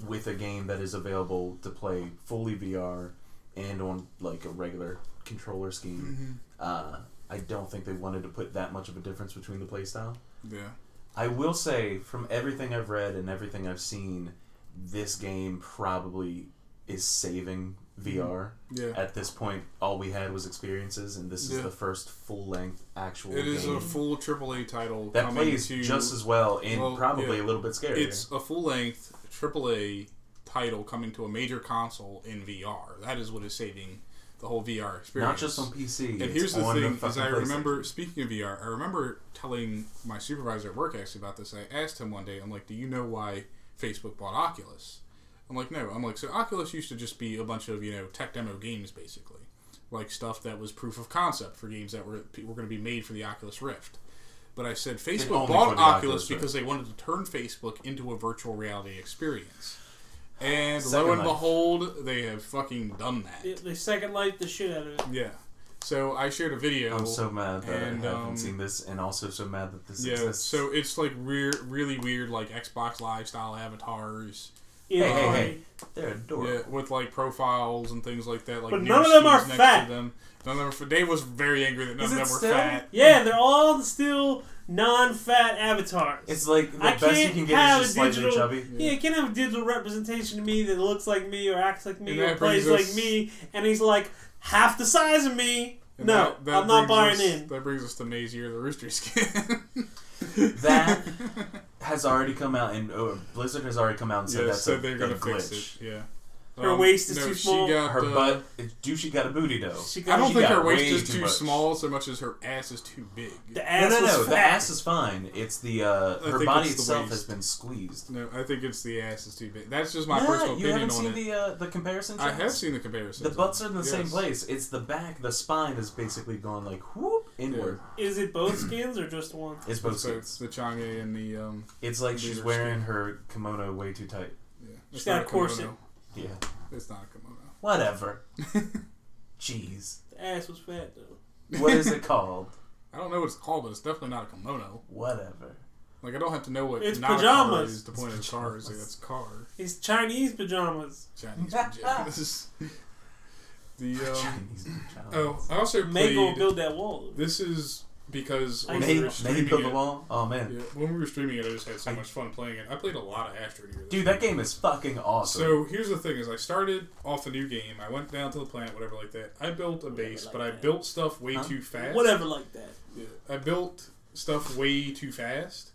Speaker 2: with a game that is available to play fully VR and on like a regular controller scheme,
Speaker 1: Mm-hmm.
Speaker 2: uh, I don't think they wanted to put that much of a difference between the playstyle.
Speaker 1: yeah.
Speaker 2: I will say, from everything I've read and everything I've seen, this game probably is saving VR.
Speaker 1: Mm-hmm. Yeah.
Speaker 2: At this point, all we had was experiences, and this is
Speaker 1: Yeah.
Speaker 2: the first full length actual
Speaker 1: It
Speaker 2: game
Speaker 1: is a full AAA title
Speaker 2: that
Speaker 1: coming
Speaker 2: plays
Speaker 1: to
Speaker 2: just as well and
Speaker 1: well,
Speaker 2: probably
Speaker 1: yeah.
Speaker 2: a little bit scarier.
Speaker 1: It's a full length AAA title coming to a major console in VR. That is what is saving the whole VR experience.
Speaker 2: not just on PC.
Speaker 1: And
Speaker 2: it's
Speaker 1: here's the
Speaker 2: on
Speaker 1: thing: is
Speaker 2: fucking
Speaker 1: I
Speaker 2: PlayStation.
Speaker 1: remember speaking of VR. I remember telling my supervisor at work actually about this. I asked him one day. I'm like, "Do you know why Facebook bought Oculus?" I'm like, "No." I'm like, "So Oculus used to just be a bunch of you know tech demo games, basically, like stuff that was proof of concept for games that were were going to be made for the Oculus Rift." But I said Facebook
Speaker 2: only for
Speaker 1: bought
Speaker 2: the
Speaker 1: Oculus
Speaker 2: Oculus Rift.
Speaker 1: because they wanted to turn Facebook into a virtual reality experience. And
Speaker 2: Second
Speaker 1: lo and
Speaker 2: Life.
Speaker 1: behold, they have fucking done that.
Speaker 3: Yeah, they second life the shit out of it.
Speaker 1: Yeah. So I shared a video.
Speaker 2: I'm so mad that
Speaker 1: and,
Speaker 2: I haven't
Speaker 1: um,
Speaker 2: seen this, and also so mad that this
Speaker 1: Yeah,
Speaker 2: exists.
Speaker 1: so it's like weird, really weird, like Xbox Live style avatars.
Speaker 3: Yeah,
Speaker 2: hey,
Speaker 1: um,
Speaker 2: hey, they're adorable.
Speaker 1: Yeah, with like profiles and things like that. Like
Speaker 3: But
Speaker 1: news
Speaker 3: none of them are
Speaker 1: feeds next
Speaker 3: fat.
Speaker 1: To them. None of them. Are, fa- Dave was very angry that none of them were fat.
Speaker 3: Yeah, they're all still non-fat avatars.
Speaker 2: It's like the
Speaker 3: I
Speaker 2: best you
Speaker 3: can't
Speaker 2: can
Speaker 3: have
Speaker 2: get is just
Speaker 3: a
Speaker 2: slightly
Speaker 3: digital-
Speaker 2: chubby.
Speaker 3: yeah, you can't have a digital representation of me that looks like me or acts like me
Speaker 1: And
Speaker 3: or
Speaker 1: that
Speaker 3: plays
Speaker 1: brings us-
Speaker 3: like me, and he's like half the size of me.
Speaker 1: And
Speaker 3: no,
Speaker 1: that- that
Speaker 3: I'm not buying
Speaker 1: brings us-
Speaker 3: in.
Speaker 1: That brings us to May's year of the rooster skin. <laughs>
Speaker 2: That has already come out, and oh, Blizzard has already come out and
Speaker 1: <laughs>
Speaker 2: said
Speaker 1: yeah,
Speaker 2: that's
Speaker 1: said
Speaker 2: a,
Speaker 1: they're
Speaker 2: a
Speaker 1: gonna
Speaker 2: glitch.
Speaker 1: fix it. Yeah, Um,
Speaker 3: Her waist is too small.
Speaker 1: She got,
Speaker 2: Her
Speaker 1: uh,
Speaker 2: butt, it's, do she got a booty though?
Speaker 3: She got,
Speaker 1: I don't
Speaker 3: she
Speaker 1: think
Speaker 2: got
Speaker 1: her waist
Speaker 2: way
Speaker 1: is
Speaker 2: too
Speaker 1: too
Speaker 2: much.
Speaker 1: small so much as her ass is too big.
Speaker 3: got- the ass
Speaker 2: no, no,
Speaker 3: was
Speaker 2: no.
Speaker 3: fat.
Speaker 2: The ass is fine. It's the uh,
Speaker 1: I
Speaker 2: her
Speaker 1: think
Speaker 2: body
Speaker 1: it's the
Speaker 2: itself
Speaker 1: waist.
Speaker 2: has been squeezed.
Speaker 1: No, I think it's the ass is too big. That's just my
Speaker 2: Nah,
Speaker 1: personal
Speaker 2: you
Speaker 1: opinion
Speaker 2: haven't
Speaker 1: on
Speaker 2: seen
Speaker 1: it.
Speaker 2: the uh, the comparison.
Speaker 1: I
Speaker 2: charts?
Speaker 1: have seen the comparison.
Speaker 2: The butts are in the same
Speaker 1: Yes.
Speaker 2: place. It's the back. The spine is basically going like whoop inward.
Speaker 3: Is it both skins or just one?
Speaker 2: It's both
Speaker 1: It's,
Speaker 2: skins.
Speaker 1: it's the Change and the um.
Speaker 2: It's like she's
Speaker 1: Leader
Speaker 2: wearing her kimono way too tight.
Speaker 1: Yeah.
Speaker 3: She's
Speaker 1: It's
Speaker 3: got
Speaker 1: not
Speaker 3: a corset.
Speaker 1: kimono.
Speaker 2: Yeah.
Speaker 1: It's not a <laughs>
Speaker 2: Whatever.
Speaker 1: kimono.
Speaker 2: Jeez.
Speaker 3: The ass was fat though.
Speaker 2: What is it called?
Speaker 1: I don't know what it's called, but it's definitely not a kimono.
Speaker 2: Whatever.
Speaker 1: Like I don't have to know what
Speaker 3: It's
Speaker 1: not a car
Speaker 3: pajamas.
Speaker 1: is to point
Speaker 2: It's
Speaker 1: at a car is. Like,
Speaker 2: pajamas.
Speaker 1: that's car.
Speaker 3: It's Chinese pajamas. <laughs>
Speaker 1: Chinese pajamas. <laughs> the um,
Speaker 2: Chinese pajamas.
Speaker 1: oh, I also
Speaker 3: May go
Speaker 1: played.
Speaker 3: build that wall.
Speaker 1: This is because when we
Speaker 2: May,
Speaker 3: Maybe-
Speaker 1: were
Speaker 2: May
Speaker 1: streaming
Speaker 2: build the
Speaker 1: it,
Speaker 2: wall. Oh man,
Speaker 1: yeah, when we were streaming it, I just had so
Speaker 2: I-
Speaker 1: much fun playing it. I played a lot of Astro Gear. this
Speaker 2: dude,
Speaker 1: week.
Speaker 2: that game is fucking awesome.
Speaker 1: So here's the thing: is I started off the new game. I went down to the planet, whatever like that. I built a base,
Speaker 3: like
Speaker 1: but I
Speaker 3: that.
Speaker 1: built stuff way
Speaker 2: Huh?
Speaker 1: too fast.
Speaker 3: Whatever like that.
Speaker 1: Yeah, I built stuff way too fast,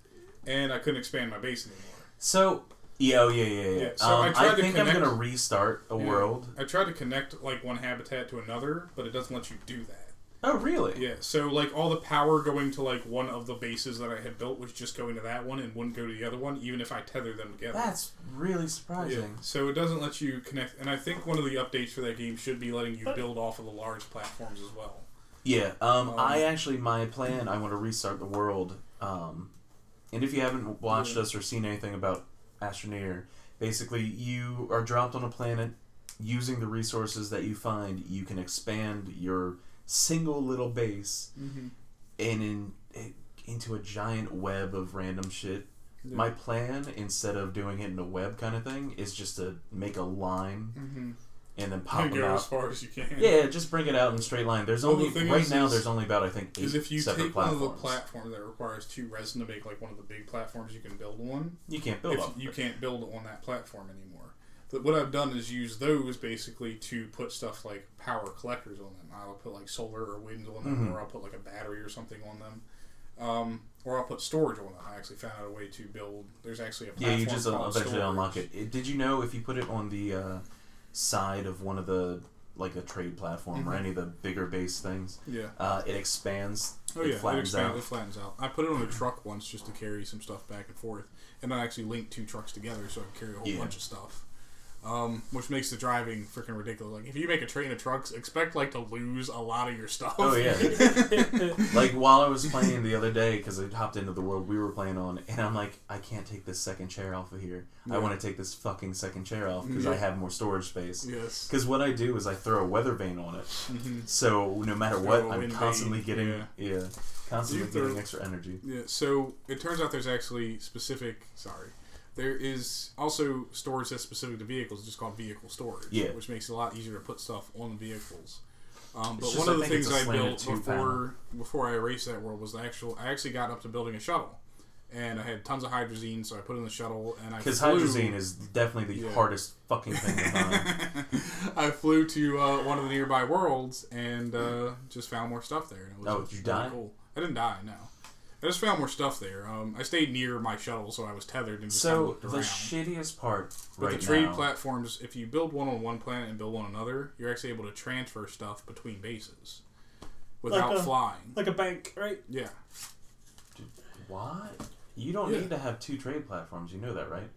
Speaker 1: and I couldn't expand my base anymore.
Speaker 2: So yeah, oh, yeah, yeah, yeah.
Speaker 1: Yeah, so
Speaker 2: um,
Speaker 1: I tried to
Speaker 2: think I'm
Speaker 1: connect-
Speaker 2: gonna restart a
Speaker 1: Yeah.
Speaker 2: world.
Speaker 1: I tried to connect like one habitat to another, but it doesn't let you do that.
Speaker 2: Oh really?
Speaker 1: Yeah, so like all the power going to like one of the bases that I had built was just going to that one and wouldn't go to the other one, even if I tethered them together.
Speaker 2: That's really
Speaker 1: yeah,
Speaker 2: surprising.
Speaker 1: so it doesn't let you connect, and I think one of the updates for that game should be letting you build off of the large platforms as well.
Speaker 2: Yeah. um,
Speaker 1: Um,
Speaker 2: I actually my plan. I want to restart the world. Um, and if you haven't watched
Speaker 1: Yeah.
Speaker 2: us or seen anything about Astroneer, basically you are dropped on a planet. Using the resources that you find, you can expand your single little base
Speaker 1: Mm-hmm.
Speaker 2: and in eh, into a giant web of random shit. My plan, instead of doing it in a web kind of thing, is just to make a line
Speaker 1: mm-hmm.
Speaker 2: and then
Speaker 1: <laughs>
Speaker 2: pop them
Speaker 1: go as
Speaker 2: out.
Speaker 1: far as you can.
Speaker 2: Yeah, just bring it out in a straight line. There's
Speaker 1: Well, the
Speaker 2: only
Speaker 1: thing
Speaker 2: right
Speaker 1: is-
Speaker 2: now.
Speaker 1: is-
Speaker 2: there's only about I think eight
Speaker 1: Because if you
Speaker 2: separate
Speaker 1: take
Speaker 2: platforms.
Speaker 1: one of the platforms that requires two resin to make like one of the big platforms, you can build one.
Speaker 2: you can't build
Speaker 1: If
Speaker 2: off.
Speaker 1: you
Speaker 2: of it.
Speaker 1: can't build on that platform anymore. But what I've done is use those basically to put stuff like power collectors on them. I'll put like solar or wind on them,
Speaker 2: Mhm.
Speaker 1: or I'll put like a battery or something on them, um, or I'll put storage on them. I actually found out a way to build. There's actually a
Speaker 2: Yeah,
Speaker 1: platform
Speaker 2: you just uh,
Speaker 1: called
Speaker 2: eventually
Speaker 1: storage.
Speaker 2: unlock it. It- Did you know if you put it on the uh, side of one of the like a trade platform or
Speaker 1: Mhm.
Speaker 2: any of the bigger base things,
Speaker 1: Yeah.
Speaker 2: uh, it expands.
Speaker 1: Oh
Speaker 2: it
Speaker 1: yeah, it,
Speaker 2: flattens
Speaker 1: expands,
Speaker 2: out.
Speaker 1: it flattens out. I put it on a truck once just to carry some stuff back and forth, and I actually linked two trucks together so I could carry a whole
Speaker 2: Yeah.
Speaker 1: bunch of stuff, um, which makes the driving freaking ridiculous. Like if you make a train of trucks, expect like to lose a lot of your stuff.
Speaker 2: Oh
Speaker 1: <laughs>
Speaker 2: yeah. like while I was playing the other day, because I hopped into the world we were playing on, and I'm like, I can't take this second chair off of here. I
Speaker 1: Yeah.
Speaker 2: want to take this fucking second chair off because I
Speaker 1: Yeah.
Speaker 2: have more storage space.
Speaker 1: yes.
Speaker 2: Because what I do is I throw a weather vane on it,
Speaker 1: hmm
Speaker 2: so no matter
Speaker 1: Throw
Speaker 2: what,
Speaker 1: a
Speaker 2: I'm
Speaker 1: wind
Speaker 2: constantly
Speaker 1: vane,
Speaker 2: getting yeah,
Speaker 1: yeah.
Speaker 2: constantly
Speaker 1: You throw-
Speaker 2: getting extra energy.
Speaker 1: Yeah. So it turns out there's actually specific. Sorry. There is also storage that's specific to vehicles, just called vehicle storage,
Speaker 2: Yeah.
Speaker 1: which makes it a lot easier to put stuff on the vehicles. Um, but
Speaker 2: It's just,
Speaker 1: one
Speaker 2: I
Speaker 1: of the
Speaker 2: think it's
Speaker 1: things
Speaker 2: a
Speaker 1: I
Speaker 2: slanted
Speaker 1: built
Speaker 2: two
Speaker 1: before before I erased that world was the actual. I actually got up to building a shuttle, and I had tons of hydrazine, so I put in the shuttle and I
Speaker 2: Because
Speaker 1: flew-
Speaker 2: hydrazine is definitely the
Speaker 1: Yeah.
Speaker 2: hardest fucking thing to find.
Speaker 1: I flew to uh, one of the nearby worlds and uh, just found more stuff there. And it was,
Speaker 2: Oh,
Speaker 1: it was
Speaker 2: did you
Speaker 1: really
Speaker 2: die?
Speaker 1: Cool. I didn't die. No, I just found more stuff there. Um, I stayed near my shuttle, so I was tethered and <laughs> just kind of
Speaker 2: so
Speaker 1: looked
Speaker 2: the
Speaker 1: around.
Speaker 2: shittiest part
Speaker 1: but
Speaker 2: right
Speaker 1: the trade
Speaker 2: now.
Speaker 1: platforms, if you build one on one planet and build one another, you're actually able to transfer stuff between bases without
Speaker 2: uh,
Speaker 3: Like a-
Speaker 1: flying.
Speaker 3: like a bank, right?
Speaker 1: Yeah.
Speaker 2: what? You don't
Speaker 1: Yeah.
Speaker 2: need to have two trade platforms. You know that, right?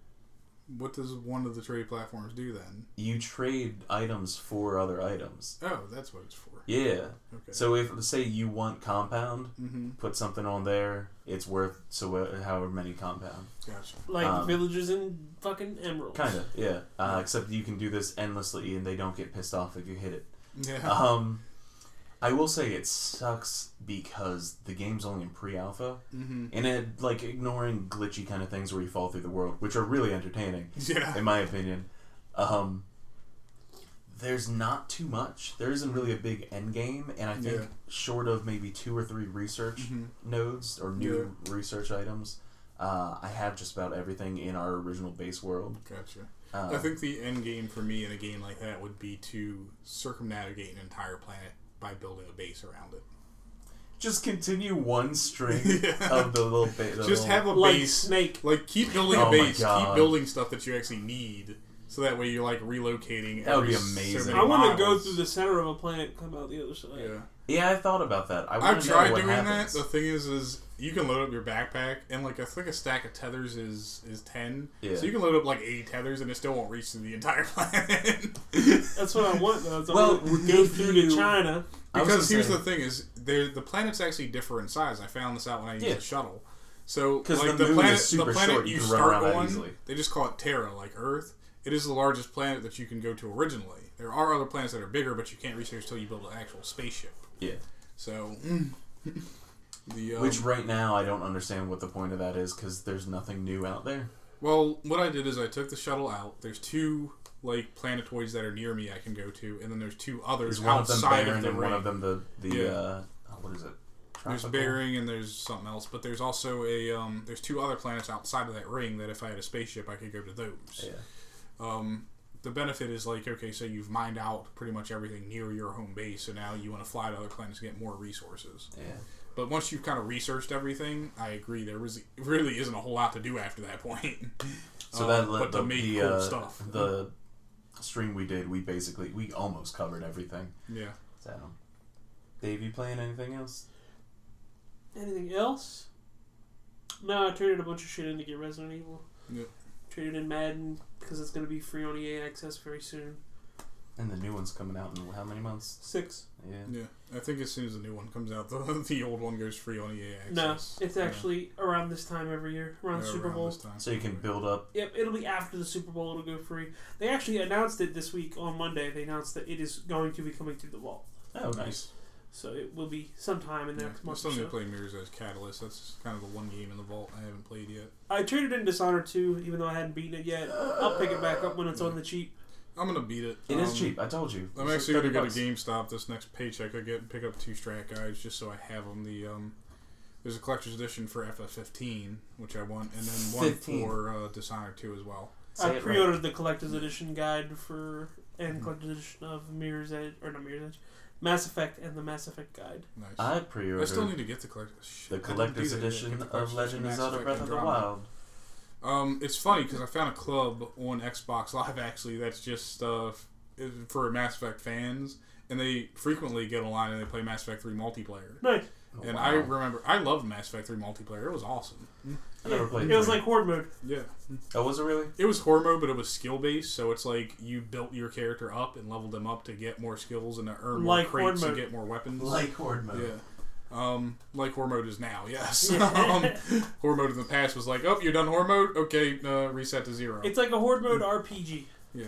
Speaker 1: What does one of the trade platforms do then?
Speaker 2: you trade items for other items.
Speaker 1: Oh, that's what it's for.
Speaker 2: Yeah.
Speaker 1: Okay.
Speaker 2: So if say you want compound,
Speaker 1: mm-hmm.
Speaker 2: put something on there. It's worth so uh, however many compound.
Speaker 1: Gotcha.
Speaker 3: Like
Speaker 2: Um,
Speaker 3: villagers in fucking emeralds.
Speaker 2: Kind of. Yeah. Uh, except you can do this endlessly and they don't get pissed off if you hit it.
Speaker 1: Yeah.
Speaker 2: Um, I will say it sucks because the game's only in pre-alpha
Speaker 1: mm-hmm.
Speaker 2: and it like ignoring glitchy kind of things where you fall through the world, which are really entertaining.
Speaker 1: Yeah.
Speaker 2: in my opinion. Um, there's not too much. There isn't really a big end game, and I think
Speaker 1: Yeah.
Speaker 2: short of maybe two or three research
Speaker 1: Mhm.
Speaker 2: nodes or new research items, uh, I have just about everything in our original base world.
Speaker 1: Gotcha.
Speaker 2: Uh,
Speaker 1: I think the end game for me in a game like that would be to circumnavigate an entire planet by building a base around it.
Speaker 2: just continue one string
Speaker 1: <laughs> Yeah.
Speaker 2: of the little base.
Speaker 1: Just have a
Speaker 3: like
Speaker 1: base.
Speaker 3: snake.
Speaker 1: Like, keep building a
Speaker 2: Oh my
Speaker 1: base. Keep
Speaker 2: God.
Speaker 1: building stuff that you actually need So that way you're like relocating.
Speaker 2: That would
Speaker 1: every
Speaker 2: be
Speaker 1: so
Speaker 2: amazing.
Speaker 1: many
Speaker 3: I want to
Speaker 1: miles.
Speaker 3: go through the center of a planet and come out the other side.
Speaker 1: Yeah.
Speaker 2: Yeah, I thought about that. I
Speaker 1: I've
Speaker 2: wanna know
Speaker 1: tried
Speaker 2: what
Speaker 1: doing
Speaker 2: happens.
Speaker 1: that. The thing is, is you can load up your backpack and like I think a stack of tethers is is ten.
Speaker 2: Yeah.
Speaker 1: So you can load up like eighty tethers and it still won't reach to the entire <laughs> planet.
Speaker 3: That's what I want, though. It's
Speaker 2: Well,
Speaker 3: well,
Speaker 2: would
Speaker 3: go
Speaker 2: they
Speaker 3: through
Speaker 2: do-
Speaker 3: to China.
Speaker 2: I was
Speaker 1: Because
Speaker 2: gonna
Speaker 1: here's
Speaker 2: say-
Speaker 1: the thing: is there the planets actually differ in size? I found this out when I used
Speaker 2: Yeah.
Speaker 1: the shuttle. So
Speaker 2: 'Cause
Speaker 1: like the,
Speaker 2: the moon
Speaker 1: planet,
Speaker 2: is super
Speaker 1: the planet
Speaker 2: short, you
Speaker 1: you,
Speaker 2: can run around
Speaker 1: start
Speaker 2: that
Speaker 1: on,
Speaker 2: easily.
Speaker 1: they just call it Terra, like Earth. It is the largest planet that you can go to originally. There are other planets that are bigger, but you can't reach there until you build an actual spaceship.
Speaker 2: Yeah.
Speaker 1: So <laughs> mm, the um,
Speaker 2: Which right now I don't understand what the point of that is because there's nothing new out there.
Speaker 1: Well, what I did is I took the shuttle out. There's two like planetoids that are near me I can go to, and then there's two others
Speaker 2: There's one of them
Speaker 1: outside
Speaker 2: Baron
Speaker 1: the
Speaker 2: and one
Speaker 1: ring.
Speaker 2: of them the the
Speaker 1: Yeah.
Speaker 2: uh, oh, what is it?
Speaker 1: There's
Speaker 2: Tropical?
Speaker 1: Bering and there's something else, but there's also a um, there's two other planets outside of that ring that if I had a spaceship I could go to those.
Speaker 2: Yeah.
Speaker 1: Um, the benefit is like okay, so you've mined out pretty much everything near your home base, so now you want to fly to other planets to get more resources.
Speaker 2: Yeah.
Speaker 1: But once you've kind of researched everything, I agree there was really isn't a whole lot to do after that <laughs> point.
Speaker 2: So
Speaker 1: Um,
Speaker 2: that le-
Speaker 1: but
Speaker 2: the,
Speaker 1: to make
Speaker 2: the,
Speaker 1: cool
Speaker 2: uh,
Speaker 1: stuff.
Speaker 2: the stream we did, we basically we almost covered everything.
Speaker 1: yeah.
Speaker 2: So, Dave, you playing anything else?
Speaker 3: Anything else? No, I traded a bunch of shit in to get Resident Evil.
Speaker 1: Yep.
Speaker 3: Traded in Madden because it's going to be free on EA Access very soon.
Speaker 2: And the new one's coming out in how many months?
Speaker 3: Six.
Speaker 2: Yeah.
Speaker 1: Yeah, I think as soon as the new one comes out, <laughs> the, the old one goes free on E EA
Speaker 3: No,
Speaker 1: Access.
Speaker 3: it's
Speaker 1: Yeah.
Speaker 3: actually around this time every year,
Speaker 1: Yeah,
Speaker 3: around the Super
Speaker 1: around
Speaker 3: Bowl.
Speaker 1: this time.
Speaker 2: So you can build up.
Speaker 3: Yep, it'll be after the Super Bowl. It'll go free. They actually announced it this week on Monday. They announced that it is going to be coming through the vault,
Speaker 2: Oh, nice.
Speaker 3: so it will be sometime in the
Speaker 1: Yeah,
Speaker 3: next
Speaker 1: I
Speaker 3: month.
Speaker 1: still
Speaker 3: Or
Speaker 1: need to
Speaker 3: so.
Speaker 1: play Mirror's Edge Catalyst. That's kind of the one game in the vault I haven't played yet.
Speaker 3: I traded in Dishonored 2, even though I hadn't beaten it yet. I'll pick it back up when it's on the cheap.
Speaker 1: I'm gonna beat it.
Speaker 2: It is
Speaker 1: Um,
Speaker 2: cheap. I told you.
Speaker 1: I'm
Speaker 2: It's
Speaker 1: actually
Speaker 2: like
Speaker 1: gonna
Speaker 2: 30
Speaker 1: go to
Speaker 2: bucks.
Speaker 1: GameStop this next paycheck. I get and pick up two Strat guides just so I have them. The um, there's a collector's edition for FF15, which I want, and then one
Speaker 2: 15.
Speaker 1: for uh, Dishonored 2 as well.
Speaker 2: Say it
Speaker 3: I
Speaker 2: right.
Speaker 3: pre-ordered the collector's edition guide for
Speaker 1: Mm-hmm.
Speaker 3: and collector's edition of Mirror's Edge or not Mirror's Edge, Mass Effect and the Mass Effect guide.
Speaker 1: Nice.
Speaker 2: I
Speaker 1: I still need
Speaker 2: pre-ordered
Speaker 1: to get the collector's. shit,
Speaker 2: the
Speaker 1: I didn't do
Speaker 2: collector's
Speaker 1: that yet. Get
Speaker 2: edition
Speaker 1: the
Speaker 2: of
Speaker 1: collector's
Speaker 2: Legend of
Speaker 1: Max
Speaker 2: Zelda
Speaker 1: Effect
Speaker 2: Breath of the
Speaker 1: Andromeda.
Speaker 2: Wild.
Speaker 1: Um, it's funny because I found a club on Xbox Live actually that's just uh, f- is for Mass Effect fans, and they frequently get online and they play Mass Effect Three multiplayer.
Speaker 3: Nice.
Speaker 1: And
Speaker 2: Oh, Wow.
Speaker 1: I remember I loved Mass Effect Three multiplayer; it was awesome.
Speaker 2: I never played
Speaker 3: It was
Speaker 2: three.
Speaker 3: like horde mode.
Speaker 1: Yeah,
Speaker 2: Oh, was it really?
Speaker 1: it was horror mode, but it was skill based, so it's like you built your character up and leveled them up to get more skills and to earn more
Speaker 3: Like horde
Speaker 1: crates and
Speaker 3: mode.
Speaker 1: get more weapons.
Speaker 2: Like horde mode.
Speaker 1: yeah. Um, like horror mode is now, yes. <laughs> um,
Speaker 3: Yeah.
Speaker 1: horror mode in the past was like, oh, you're done horror mode? Okay, uh, reset to zero.
Speaker 3: It's like a horde
Speaker 1: Mm.
Speaker 3: mode RPG.
Speaker 1: Yeah.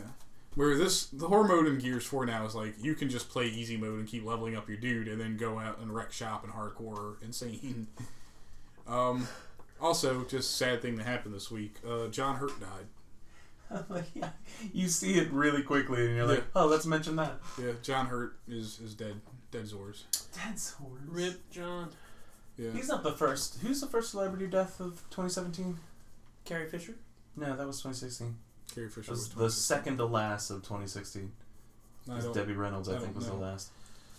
Speaker 1: Where this the horror mode in Gears Four now is like you can just play easy mode and keep leveling up your dude, and then go out and wreck shop and hardcore <laughs> insane. um, also, just sad thing that happened this week. Uh, John Hurt died.
Speaker 2: <laughs> Like, yeah. You see it really quickly, and you're like,
Speaker 1: Yeah.
Speaker 2: oh, let's mention that.
Speaker 1: Yeah, John Hurt is is dead. Dead Zors.
Speaker 2: That's horse.
Speaker 3: Rip John
Speaker 1: Yeah.
Speaker 2: He's not the first. Who's the first celebrity death of 2017?
Speaker 3: Carrie Fisher.
Speaker 2: No, that was 2016.
Speaker 1: Carrie Fisher
Speaker 2: It was
Speaker 1: twenty
Speaker 2: the
Speaker 1: six.
Speaker 2: second to last of 2016.
Speaker 1: I
Speaker 2: It was
Speaker 1: don't-
Speaker 2: Debbie Reynolds, I,
Speaker 1: I
Speaker 2: think,
Speaker 1: don't
Speaker 2: was the
Speaker 1: know.
Speaker 2: last.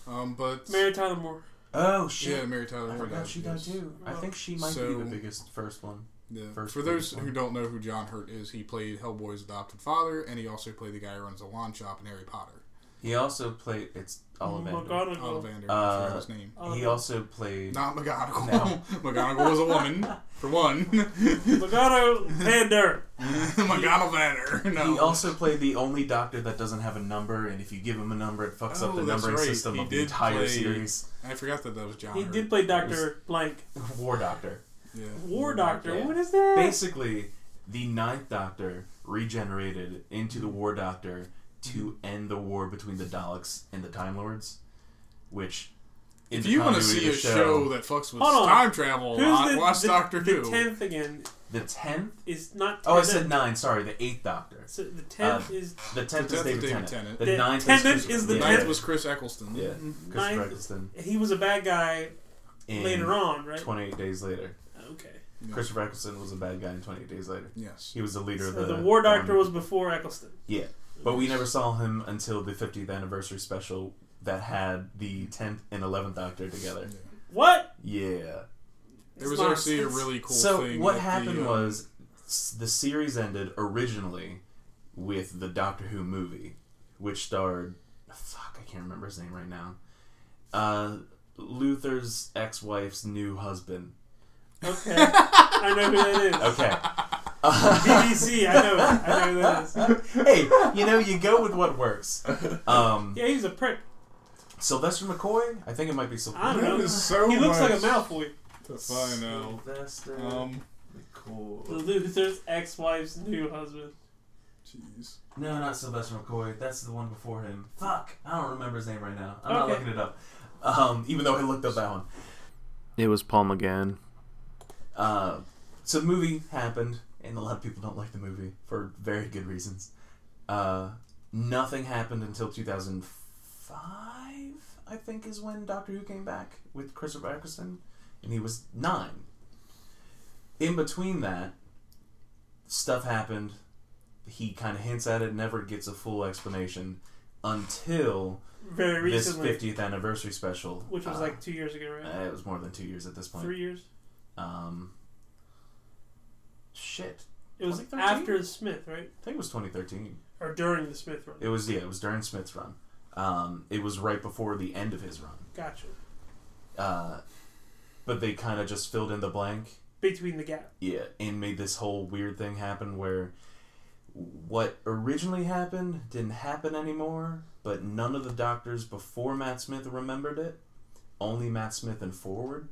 Speaker 1: Um, but
Speaker 3: Mary Tyler Moore.
Speaker 2: Oh
Speaker 1: yeah,
Speaker 2: shit!
Speaker 1: Mary Tyler.
Speaker 2: I
Speaker 1: Moore
Speaker 2: forgot she died
Speaker 1: yes.
Speaker 2: too. I think she might be
Speaker 1: So-
Speaker 2: the biggest first one.
Speaker 1: Yeah.
Speaker 2: First
Speaker 1: For those
Speaker 2: biggest one.
Speaker 1: who don't know who John Hurt is, he played Hellboy's adopted father, and he also played the guy who runs the wand shop in Harry Potter.
Speaker 2: He also played. It's Ollivander.
Speaker 1: Oh,
Speaker 3: McGonagall.
Speaker 1: Ollivander, I
Speaker 2: Uh,
Speaker 1: forgot his name.
Speaker 2: He also played.
Speaker 1: Not McGonagall.
Speaker 2: No.
Speaker 1: <laughs> McGonagall was a woman, for one. <laughs>
Speaker 3: Pander.
Speaker 1: McGonagall Banner. No.
Speaker 2: He also played the only doctor that doesn't have a number, and if you give him a number, it fucks up
Speaker 1: Oh,
Speaker 2: the
Speaker 1: that's
Speaker 2: numbering
Speaker 1: right.
Speaker 2: system
Speaker 1: He
Speaker 2: of the
Speaker 1: did
Speaker 2: entire
Speaker 1: play-
Speaker 2: series. <laughs>
Speaker 1: I forgot that that was John.
Speaker 3: He
Speaker 1: Hurt.
Speaker 3: did play Doctor Blank.
Speaker 2: War Doctor.
Speaker 1: Yeah.
Speaker 3: War Doctor.
Speaker 2: Yeah.
Speaker 3: What is that?
Speaker 2: Basically, the Ninth Doctor regenerated into the War Doctor to end the war between the Daleks and the Time Lords, which. in
Speaker 1: If
Speaker 2: the
Speaker 1: you want to
Speaker 2: continuity
Speaker 1: see a
Speaker 2: of the
Speaker 1: show, that fucks with
Speaker 3: Hold on.
Speaker 1: time travel a lot, watch Doctor
Speaker 3: the
Speaker 1: Who.
Speaker 3: tenth again?
Speaker 2: the tenth.
Speaker 3: Is not.
Speaker 2: Oh, I
Speaker 3: Tennant.
Speaker 2: said nine. Sorry, the eighth Doctor.
Speaker 3: So the tenth
Speaker 2: Uh,
Speaker 3: is
Speaker 2: The tenth
Speaker 1: The
Speaker 2: is
Speaker 1: tenth
Speaker 2: David Tennant. The,
Speaker 3: The
Speaker 2: ninth
Speaker 3: tenth
Speaker 2: is, Chris-
Speaker 3: is the
Speaker 1: The
Speaker 2: yeah,
Speaker 1: ninth was Chris Eccleston.
Speaker 2: Yeah. Chris
Speaker 3: ninth-
Speaker 2: Eccleston.
Speaker 3: he was a bad guy
Speaker 2: in
Speaker 3: later on, right?
Speaker 2: Twenty-eight days later,
Speaker 3: Okay.
Speaker 1: Yeah.
Speaker 2: Christopher Eccleston was a bad guy. In twenty-eight days later,
Speaker 1: Yes.
Speaker 2: he was the leader
Speaker 3: So
Speaker 2: of the.
Speaker 3: the War Doctor
Speaker 2: um,
Speaker 3: was before Eccleston.
Speaker 2: Yeah, but we never saw him until the 50th anniversary special that had the 10th and 11th Doctor together.
Speaker 1: Yeah.
Speaker 3: What?
Speaker 2: Yeah.
Speaker 1: There
Speaker 3: It's
Speaker 1: was
Speaker 3: not-
Speaker 1: actually a
Speaker 3: it's-
Speaker 1: really cool
Speaker 2: so
Speaker 1: thing. uh,
Speaker 3: um,
Speaker 2: what
Speaker 1: that the,
Speaker 2: happened
Speaker 1: um,
Speaker 2: was s- the series ended originally with the Doctor Who movie, which starred fuck I can't remember his name right now. Uh, Luther's ex-wife's new husband.
Speaker 3: Okay. I know who that is.
Speaker 2: Okay.
Speaker 3: BBC, I know. I know who that
Speaker 2: <laughs>
Speaker 3: is.
Speaker 2: hey, you know you go with what works. Um,
Speaker 3: Yeah, he's a prick.
Speaker 2: Sylvester McCoy. I think it might be
Speaker 3: I
Speaker 2: Sylvester.
Speaker 3: don't know.
Speaker 1: That is so
Speaker 3: he looks like
Speaker 1: much
Speaker 3: a Malfoy.
Speaker 1: To find out.
Speaker 2: Sylvester
Speaker 1: Um,
Speaker 2: McCoy.
Speaker 3: Luther's ex-wife's new husband. <laughs>
Speaker 1: jeez.
Speaker 2: No, not Sylvester McCoy. That's the one before him. Fuck, I don't remember his name right now. I'm not
Speaker 3: Okay.
Speaker 2: looking it up. Um, even though I looked up that one. It was Paul McGann. Uh, so the movie happened, and a lot of people don't like the movie for very good reasons. Uh, nothing happened until 2005, I think, is when Doctor Who came back with Christopher Eccleston, and he was nine. In between that, stuff happened. He kind of hints at it, never gets a full explanation until
Speaker 3: Very recently.
Speaker 2: this 50th anniversary special,
Speaker 3: Which was
Speaker 2: uh,
Speaker 3: like two years ago, right?
Speaker 2: uh, it was more than two years at this point.
Speaker 3: Three years?
Speaker 2: Um, shit,
Speaker 3: It was
Speaker 2: 2013?
Speaker 3: after the Smith, right?
Speaker 2: I think it was 2013.
Speaker 3: Or during the Smith run.
Speaker 2: It was yeah, it was during Smith's run. Um, it was right before the end of his run.
Speaker 3: Gotcha.
Speaker 2: Uh, but they kind of just filled in the blank.
Speaker 3: Between the gap.
Speaker 2: Yeah, and made this whole weird thing happen where what originally happened didn't happen anymore, but none of the doctors before Matt Smith remembered it. Only Matt Smith and forward.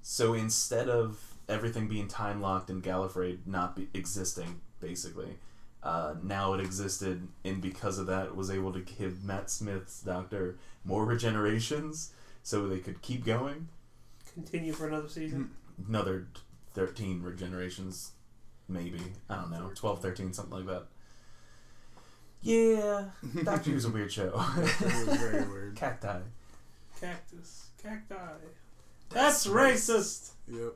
Speaker 2: So instead of everything being time locked and Gallifrey not be- existing, basically, uh, now it existed, and because of that, was able to give Matt Smith's doctor more <laughs> regenerations, so they could keep going
Speaker 3: Continue for another season.
Speaker 2: another 13 regenerations maybe i don't know 12 13 something like that yeah doctor who's a weird show
Speaker 1: That was very weird.
Speaker 2: <laughs> cacti Hmm.
Speaker 3: Cactus. Cacti. That's, racist.
Speaker 1: Yep.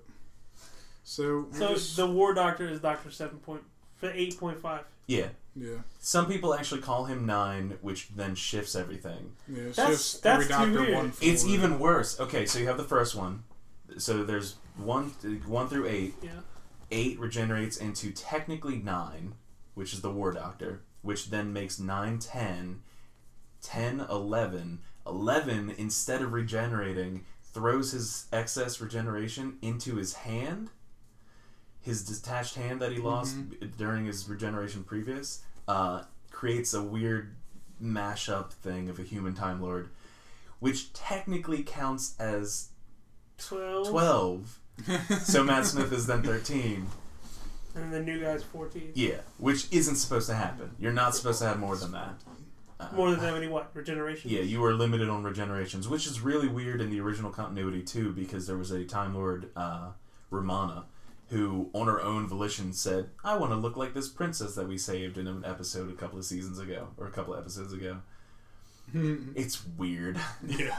Speaker 1: So, we
Speaker 3: So
Speaker 1: just-
Speaker 3: the war doctor is Doctor Seven Point for eight point five.
Speaker 2: yeah
Speaker 1: yeah,
Speaker 2: some people actually call him nine which then shifts everything
Speaker 1: yeah, it's
Speaker 3: That's-
Speaker 1: just
Speaker 3: that's
Speaker 1: every
Speaker 3: too
Speaker 1: doctor
Speaker 3: weird.
Speaker 1: one.
Speaker 2: it's
Speaker 1: forward.
Speaker 2: even worse okay so you have the first one so there's one one through eight
Speaker 3: Yeah.
Speaker 2: eight regenerates into technically nine, which is the War Doctor, which then makes nine, ten, ten, eleven, eleven. instead of regenerating, throws his excess regeneration into his hand, his detached hand that he lost during his regeneration previous, uh, creates a weird mashup thing of a human Time Lord, which technically counts as
Speaker 3: Twelve.
Speaker 2: 12. so Matt Smith is then 13.
Speaker 3: And the new guy's fourteen.
Speaker 2: Yeah, which isn't supposed to happen. You're not supposed to have more than that. Uh,
Speaker 3: More than that many what? Regeneration?
Speaker 2: Yeah, you are limited on regenerations, which is really weird in the original continuity too, because there was a Time Lord uh, Romana who, on her own volition, said, "I want to look like this princess that we saved in an episode a couple of seasons ago, or a couple of episodes ago." It's weird.
Speaker 1: <laughs> yeah.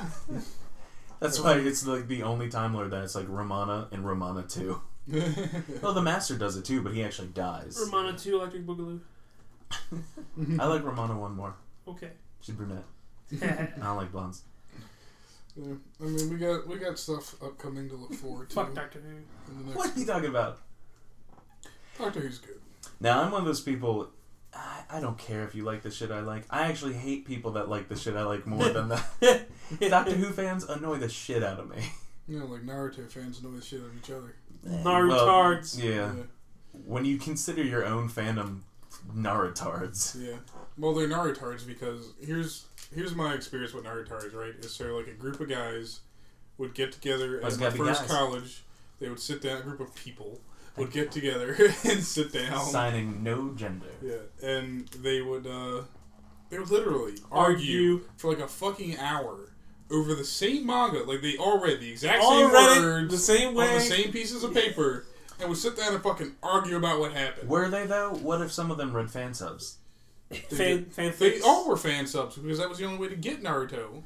Speaker 2: That's why it's like the only Time Lord that it's like Romana and Romana Two. Well, Oh,
Speaker 1: <laughs>
Speaker 2: the Master does it too, but he actually dies.
Speaker 3: Romana two electric boogaloo.
Speaker 2: I like Romana one more.
Speaker 1: <laughs>
Speaker 3: Okay.
Speaker 2: She's brunette. I don't like blondes.
Speaker 1: Yeah, I mean, we got we got stuff upcoming to look forward to.
Speaker 3: Fuck Doctor Who.
Speaker 1: in the next
Speaker 2: What are you talking about?
Speaker 1: Doctor Who's good.
Speaker 2: Now I'm one of those people. I, I don't care if you like the shit I like. I actually hate people that like the shit I like more than
Speaker 3: <laughs>
Speaker 2: that. Doctor Who fans annoy the shit out of me.
Speaker 1: You know, like Naruto fans know the shit out of each other.
Speaker 3: Narutards.
Speaker 2: yeah. When you consider your own fandom, Narutards.
Speaker 1: Yeah. Well, they're Narutards because here's here's my experience with Narutards. Right, is so like a group of guys would get together at
Speaker 2: Why's it
Speaker 1: my
Speaker 2: gotta be
Speaker 1: first
Speaker 2: guys?
Speaker 1: college. They would sit down. A group of people would
Speaker 2: Thank
Speaker 1: get together <laughs> and sit down.
Speaker 2: Signing no gender.
Speaker 1: Yeah, and they would uh, they would literally argue,
Speaker 3: Argue.
Speaker 1: for like a fucking hour over the same manga. Like they all read the exact
Speaker 3: All
Speaker 1: same
Speaker 3: read it
Speaker 1: words
Speaker 3: the same
Speaker 1: on
Speaker 3: way.
Speaker 1: the same pieces of paper, and would sit down and fucking argue about what happened.
Speaker 2: Were they though? What if some of them read fan subs?
Speaker 3: fan fanfics.
Speaker 1: They all were fan subs because that was the only way to get Naruto.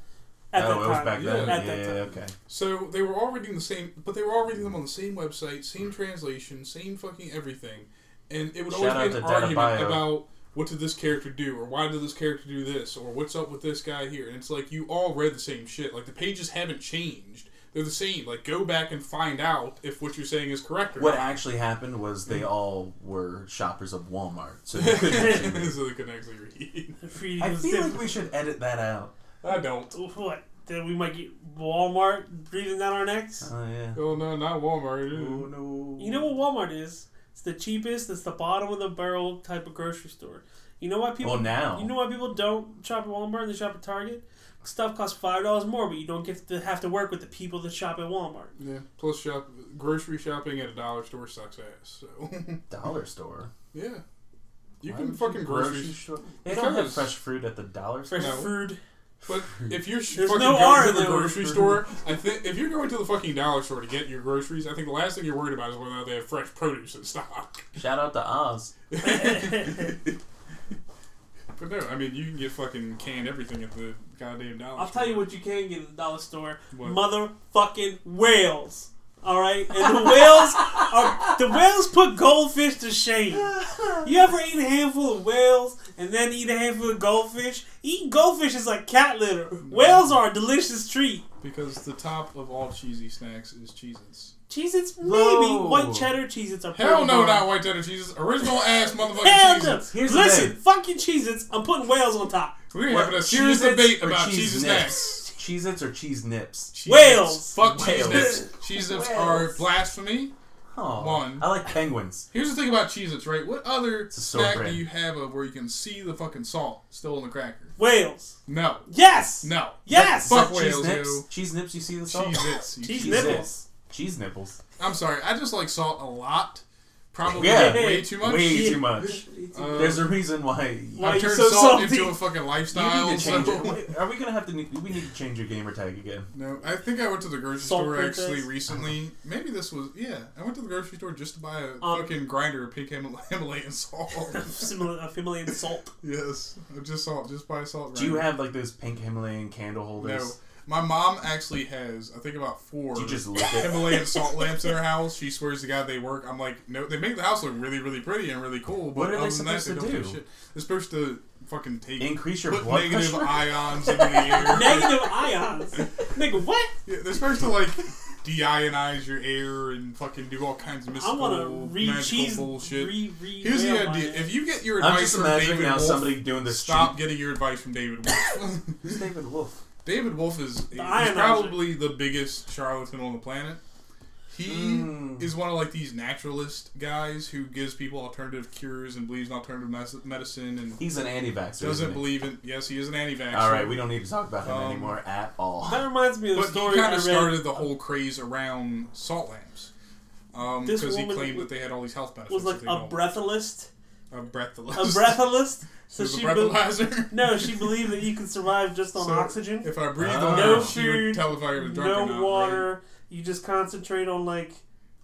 Speaker 3: at
Speaker 2: oh,
Speaker 3: that
Speaker 2: it was
Speaker 3: time.
Speaker 2: back
Speaker 1: yeah.
Speaker 2: then. yeah,
Speaker 3: At that
Speaker 2: yeah,
Speaker 3: time.
Speaker 2: okay.
Speaker 1: So they were all reading the same, but they were all reading them on the same website, same translation, same fucking everything, and it would
Speaker 2: Shout
Speaker 1: always be an
Speaker 2: out to
Speaker 1: argument
Speaker 2: Databayo.
Speaker 1: about what did this character do, or why did this character do this, or what's up with this guy here, and it's like you all read the same shit. Like the pages haven't changed. They're the same. Like, go back and find out if what you're saying is correct or
Speaker 2: What <laughs>
Speaker 1: not.
Speaker 2: actually happened was they all were shoppers of Walmart, so they couldn't
Speaker 3: <laughs>
Speaker 2: actually
Speaker 1: <laughs>
Speaker 2: read.
Speaker 1: so they can actually read.
Speaker 3: Reading
Speaker 2: I
Speaker 3: is
Speaker 2: feel like
Speaker 3: different.
Speaker 2: we should edit that out.
Speaker 1: I don't.
Speaker 3: what? Then we might get Walmart breathing down our necks.
Speaker 2: Oh yeah.
Speaker 1: Oh no, not Walmart.
Speaker 2: Oh
Speaker 1: Ooh.
Speaker 2: no.
Speaker 3: You know what Walmart is? It's the cheapest. It's the bottom of the barrel type of grocery store. You know why people?
Speaker 2: Well, now.
Speaker 3: You know why people don't shop at Walmart? They shop at Target. Stuff costs five dollars more, but you don't get to have to work with the people that shop at Walmart.
Speaker 1: Yeah. Plus, shop grocery shopping at a dollar store sucks ass. So <laughs>
Speaker 2: Dollar store.
Speaker 1: yeah, you
Speaker 2: Why
Speaker 1: can
Speaker 2: would
Speaker 1: fucking grocery.
Speaker 2: grocery store. They don't have
Speaker 1: Because-
Speaker 2: fresh fruit at the dollar store.
Speaker 3: Fresh
Speaker 1: No.
Speaker 3: food.
Speaker 1: But if you're sh-
Speaker 3: There's
Speaker 1: fucking
Speaker 3: no
Speaker 1: going
Speaker 3: R
Speaker 1: to
Speaker 3: in
Speaker 1: the
Speaker 3: the word
Speaker 1: grocery
Speaker 3: for-
Speaker 1: store, I think if you're going to the fucking dollar store to get your groceries, I think the last thing you're worried about is whether or not they have fresh produce in stock.
Speaker 2: <laughs>
Speaker 1: <laughs>
Speaker 2: Shout out to Oz.
Speaker 1: But no, I mean you can get fucking canned everything at the goddamn dollar.
Speaker 3: I'll
Speaker 1: store.
Speaker 3: tell you what you can get at the dollar store.
Speaker 1: What?
Speaker 3: Motherfucking whales. All right, and the whales are the whales put goldfish to shame. You ever eat a handful of whales and then eat a handful of goldfish? Eating goldfish is like cat litter. Whales are a delicious treat.
Speaker 1: because the top of all cheesy snacks is cheeses.
Speaker 3: Cheez-Its, maybe
Speaker 2: Whoa.
Speaker 3: white cheddar Cheez-Its are
Speaker 1: Hell
Speaker 3: pretty
Speaker 1: no,
Speaker 3: good.
Speaker 1: not white cheddar cheeses. Original ass
Speaker 3: Hell
Speaker 1: motherfucking
Speaker 3: no.
Speaker 1: cheeses.
Speaker 2: Here's the
Speaker 3: Listen,
Speaker 2: thing.
Speaker 3: fucking Cheez-Its. I'm putting whales on top.
Speaker 1: We're having a serious
Speaker 2: Cheez-Its
Speaker 1: debate
Speaker 2: or
Speaker 1: about
Speaker 2: Cheez
Speaker 1: cheese snacks.
Speaker 2: Nips? Cheez-Its or cheese nips?
Speaker 1: Cheez-Its.
Speaker 3: Whales.
Speaker 1: Fuck cheese
Speaker 2: Whales.
Speaker 1: nips. Cheese nips are
Speaker 3: Whales.
Speaker 1: blasphemy.
Speaker 2: Oh,
Speaker 1: One.
Speaker 2: I like penguins.
Speaker 1: Here's the thing about Cheez Its, right? What other
Speaker 2: a sore
Speaker 1: snack
Speaker 2: brand.
Speaker 1: do you have of where you can see the fucking salt still in the cracker?
Speaker 3: Whales.
Speaker 1: No.
Speaker 3: Yes.
Speaker 1: No.
Speaker 3: Yes.
Speaker 1: Fuck
Speaker 2: Cheese
Speaker 1: whales,
Speaker 2: nips?
Speaker 1: yo.
Speaker 2: Cheese nips, you see the salt?
Speaker 1: Cheez Its. you
Speaker 3: Cheez
Speaker 1: cheese
Speaker 3: Nips.
Speaker 1: Its.
Speaker 2: nipples. Cheese nipples.
Speaker 1: I'm sorry, I just like salt a lot. Probably
Speaker 2: Yeah.
Speaker 1: way too much.
Speaker 2: Way
Speaker 3: Yeah.
Speaker 2: too much.
Speaker 1: Uh,
Speaker 2: There's a reason why. You
Speaker 3: Why
Speaker 1: I've
Speaker 3: you
Speaker 1: turned
Speaker 3: so
Speaker 1: salt
Speaker 3: salty?
Speaker 1: into a fucking lifestyle.
Speaker 2: need to change
Speaker 1: so-
Speaker 2: it. Wait, Are we gonna have to? need- We need to change your gamer tag again.
Speaker 1: <laughs> No, I think I went to the grocery
Speaker 3: Salt
Speaker 1: store
Speaker 3: princess?
Speaker 1: actually recently. Maybe this was yeah. I went to the grocery store just to buy a
Speaker 3: Um,
Speaker 1: fucking grinder of pink Himal- <laughs> Himalayan salt.
Speaker 3: Similar, a familiar salt.
Speaker 1: yes, I just salt, just buy a salt. Grinder.
Speaker 2: Do you have like those pink Himalayan candle
Speaker 1: No,
Speaker 2: holders?
Speaker 1: my mom actually has. I think about four.
Speaker 2: Do you just lick <laughs> it?
Speaker 1: Himalayan salt lamps in her house. She swears to God they work. I'm like, no, they make the house look really, really pretty and really cool. But
Speaker 2: What are they
Speaker 1: other than that,
Speaker 2: supposed to
Speaker 1: they don't
Speaker 2: do?
Speaker 1: Shit. They're supposed to fucking take
Speaker 2: Increase your
Speaker 1: put
Speaker 2: blood
Speaker 1: negative
Speaker 2: <laughs> pressure?
Speaker 1: ions into the air.
Speaker 3: Negative ions. Nigga, what?
Speaker 1: Yeah, they're supposed to like deionize your air and fucking do all kinds of
Speaker 3: I
Speaker 1: mystical,
Speaker 3: want to re cheese.
Speaker 1: magical bullshit.
Speaker 3: Re, re,
Speaker 1: Here's
Speaker 3: whale
Speaker 1: the
Speaker 3: my
Speaker 1: idea:
Speaker 3: ass.
Speaker 1: if you get your advice
Speaker 2: I'm just
Speaker 1: from
Speaker 2: imagining
Speaker 1: David
Speaker 2: now
Speaker 1: Wolf,
Speaker 2: somebody doing this.
Speaker 1: stop getting your advice from David
Speaker 2: <laughs>
Speaker 1: Wolf.
Speaker 2: Who's David Wolf?
Speaker 1: David Wolf is he's
Speaker 3: Ionizer.
Speaker 1: probably the biggest charlatan on the planet. He
Speaker 2: Mm.
Speaker 1: is one of like these naturalist guys who gives people alternative cures and believes in alternative mes- medicine and
Speaker 2: He's an anti-vaxxer.
Speaker 1: doesn't
Speaker 2: isn't he?
Speaker 1: believe in. Yes, he is an anti-vaxxer.
Speaker 2: All right, we don't need to talk about him
Speaker 1: Um,
Speaker 2: anymore at
Speaker 1: <laughs>
Speaker 2: all.
Speaker 3: that reminds me of the
Speaker 1: But
Speaker 3: story
Speaker 1: he
Speaker 3: I
Speaker 1: kind
Speaker 3: read.
Speaker 1: of started the whole craze around salt lamps.
Speaker 3: This
Speaker 1: Because he
Speaker 3: woman
Speaker 1: claimed
Speaker 3: w-
Speaker 1: that they had all these health benefits.
Speaker 3: was like
Speaker 1: that they
Speaker 3: a
Speaker 1: don't.
Speaker 3: breathalist,
Speaker 1: a <laughs>
Speaker 3: a
Speaker 1: breathalyzer.
Speaker 3: breathalist. So
Speaker 1: She was a <laughs>
Speaker 3: she be- <laughs>
Speaker 1: breathalyzer.
Speaker 3: no, she believed that you could survive just on
Speaker 1: So,
Speaker 3: oxygen.
Speaker 1: If I breathe
Speaker 2: Ah.
Speaker 1: on
Speaker 2: No
Speaker 1: her, she would
Speaker 3: food,
Speaker 1: tell if I was drunk or
Speaker 3: no
Speaker 1: not. right?
Speaker 3: water. You just concentrate on like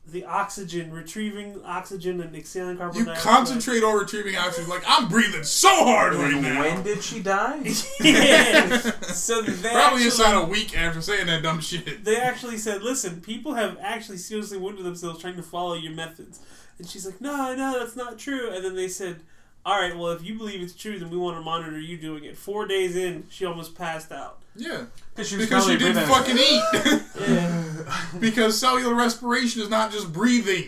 Speaker 3: the oxygen, retrieving oxygen and exhaling carbon
Speaker 1: You
Speaker 3: dioxide.
Speaker 1: concentrate on retrieving oxygen. Like I'm breathing so hard right
Speaker 2: And
Speaker 1: now.
Speaker 2: when did she die?
Speaker 3: <laughs>
Speaker 1: <laughs>
Speaker 3: yeah. So they
Speaker 1: Probably
Speaker 3: actually,
Speaker 1: inside a week after saying that dumb shit.
Speaker 3: they actually said, "Listen, people have actually seriously wounded themselves trying to follow your methods." And she's like, "No, no, that's not true." And then they said, "All right, well, if you believe it's true, then we want to monitor you doing it." Four days in, she almost passed out.
Speaker 1: Yeah,
Speaker 2: she was
Speaker 1: because
Speaker 2: probably
Speaker 1: you didn't
Speaker 2: breathing-
Speaker 1: fucking eat. <laughs>
Speaker 3: Yeah.
Speaker 1: because cellular respiration is not just breathing.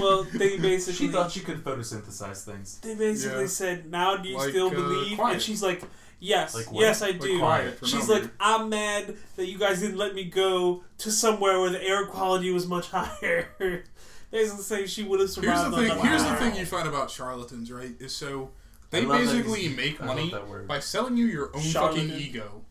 Speaker 1: <laughs>
Speaker 3: well, they basically
Speaker 2: She thought she could photosynthesize things.
Speaker 3: They basically
Speaker 1: Yeah.
Speaker 3: said, "Now do you
Speaker 1: Like,
Speaker 3: still
Speaker 1: uh,
Speaker 3: believe?"
Speaker 1: quiet.
Speaker 3: And she's like, "Yes,
Speaker 2: Like what?
Speaker 3: yes, I
Speaker 1: Like,
Speaker 3: do."
Speaker 1: quiet for
Speaker 3: she's
Speaker 1: no
Speaker 3: like,
Speaker 1: reason.
Speaker 3: "I'm mad that you guys didn't let me go to somewhere where the air quality was much <laughs> higher." basically saying she would have survived.
Speaker 1: Here's the
Speaker 3: on
Speaker 1: thing.
Speaker 3: that
Speaker 1: Here's the
Speaker 3: planet.
Speaker 1: thing you find about charlatans, right? Is so
Speaker 2: I
Speaker 1: they
Speaker 2: love that
Speaker 1: basically
Speaker 2: he's-
Speaker 1: make
Speaker 2: I love
Speaker 1: money
Speaker 2: that word.
Speaker 1: by selling you your own
Speaker 3: Charlatan.
Speaker 1: fucking ego.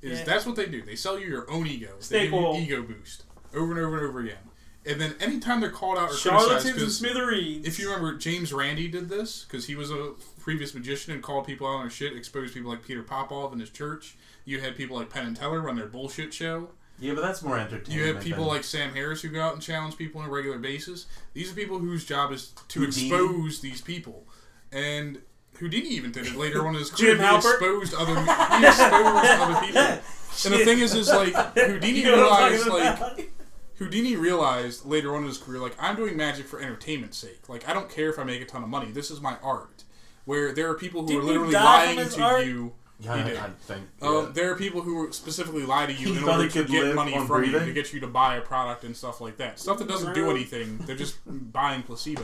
Speaker 1: Is
Speaker 3: Yeah.
Speaker 1: that's what they do? They sell you your own ego.
Speaker 3: Snake
Speaker 1: they give you
Speaker 3: oil.
Speaker 1: ego boost over and over and over again. And then anytime they're called out or criticized,
Speaker 3: Charlatans and
Speaker 1: 'cause
Speaker 3: smithereens.
Speaker 1: if you remember, James Randi did this because he was a previous magician and called people out on their shit, exposed people like Peter Popoff in his church. You had people like Penn and Teller run their bullshit show.
Speaker 2: Yeah, but that's more entertaining.
Speaker 1: You had people
Speaker 2: than-
Speaker 1: like Sam Harris who go out and challenge people on a regular basis. These are people whose job is to
Speaker 2: Houdini.
Speaker 1: expose these people. And Houdini even did it later on in
Speaker 3: <laughs>
Speaker 1: his career.
Speaker 3: Jim
Speaker 1: he
Speaker 3: Halpert?
Speaker 1: exposed other he exposed other
Speaker 3: <laughs>
Speaker 1: people. And the thing is, is like Houdini
Speaker 3: <laughs> You know what I'm
Speaker 1: realized
Speaker 3: talking
Speaker 1: like
Speaker 3: about? <laughs>
Speaker 1: Houdini realized later on in his career, like, I'm doing magic for entertainment's sake. Like, I don't care if I make a ton of money. This is my art. Where there are people who
Speaker 3: Didn't
Speaker 1: are
Speaker 3: he
Speaker 1: literally
Speaker 3: die from
Speaker 1: lying
Speaker 3: his
Speaker 1: to
Speaker 3: art?
Speaker 1: you.
Speaker 2: Yeah,
Speaker 1: He
Speaker 2: I,
Speaker 1: did.
Speaker 2: I think.
Speaker 1: Um, there are people who specifically lie to you
Speaker 2: He
Speaker 1: in
Speaker 2: thought
Speaker 1: order
Speaker 2: he
Speaker 1: to
Speaker 2: could
Speaker 1: get
Speaker 2: live
Speaker 1: money
Speaker 2: on
Speaker 1: from you to
Speaker 2: breathing?
Speaker 1: get you to buy a product and stuff like that. Stuff that doesn't do
Speaker 3: Right.
Speaker 1: anything. They're just <laughs> buying placebos.
Speaker 2: yeah.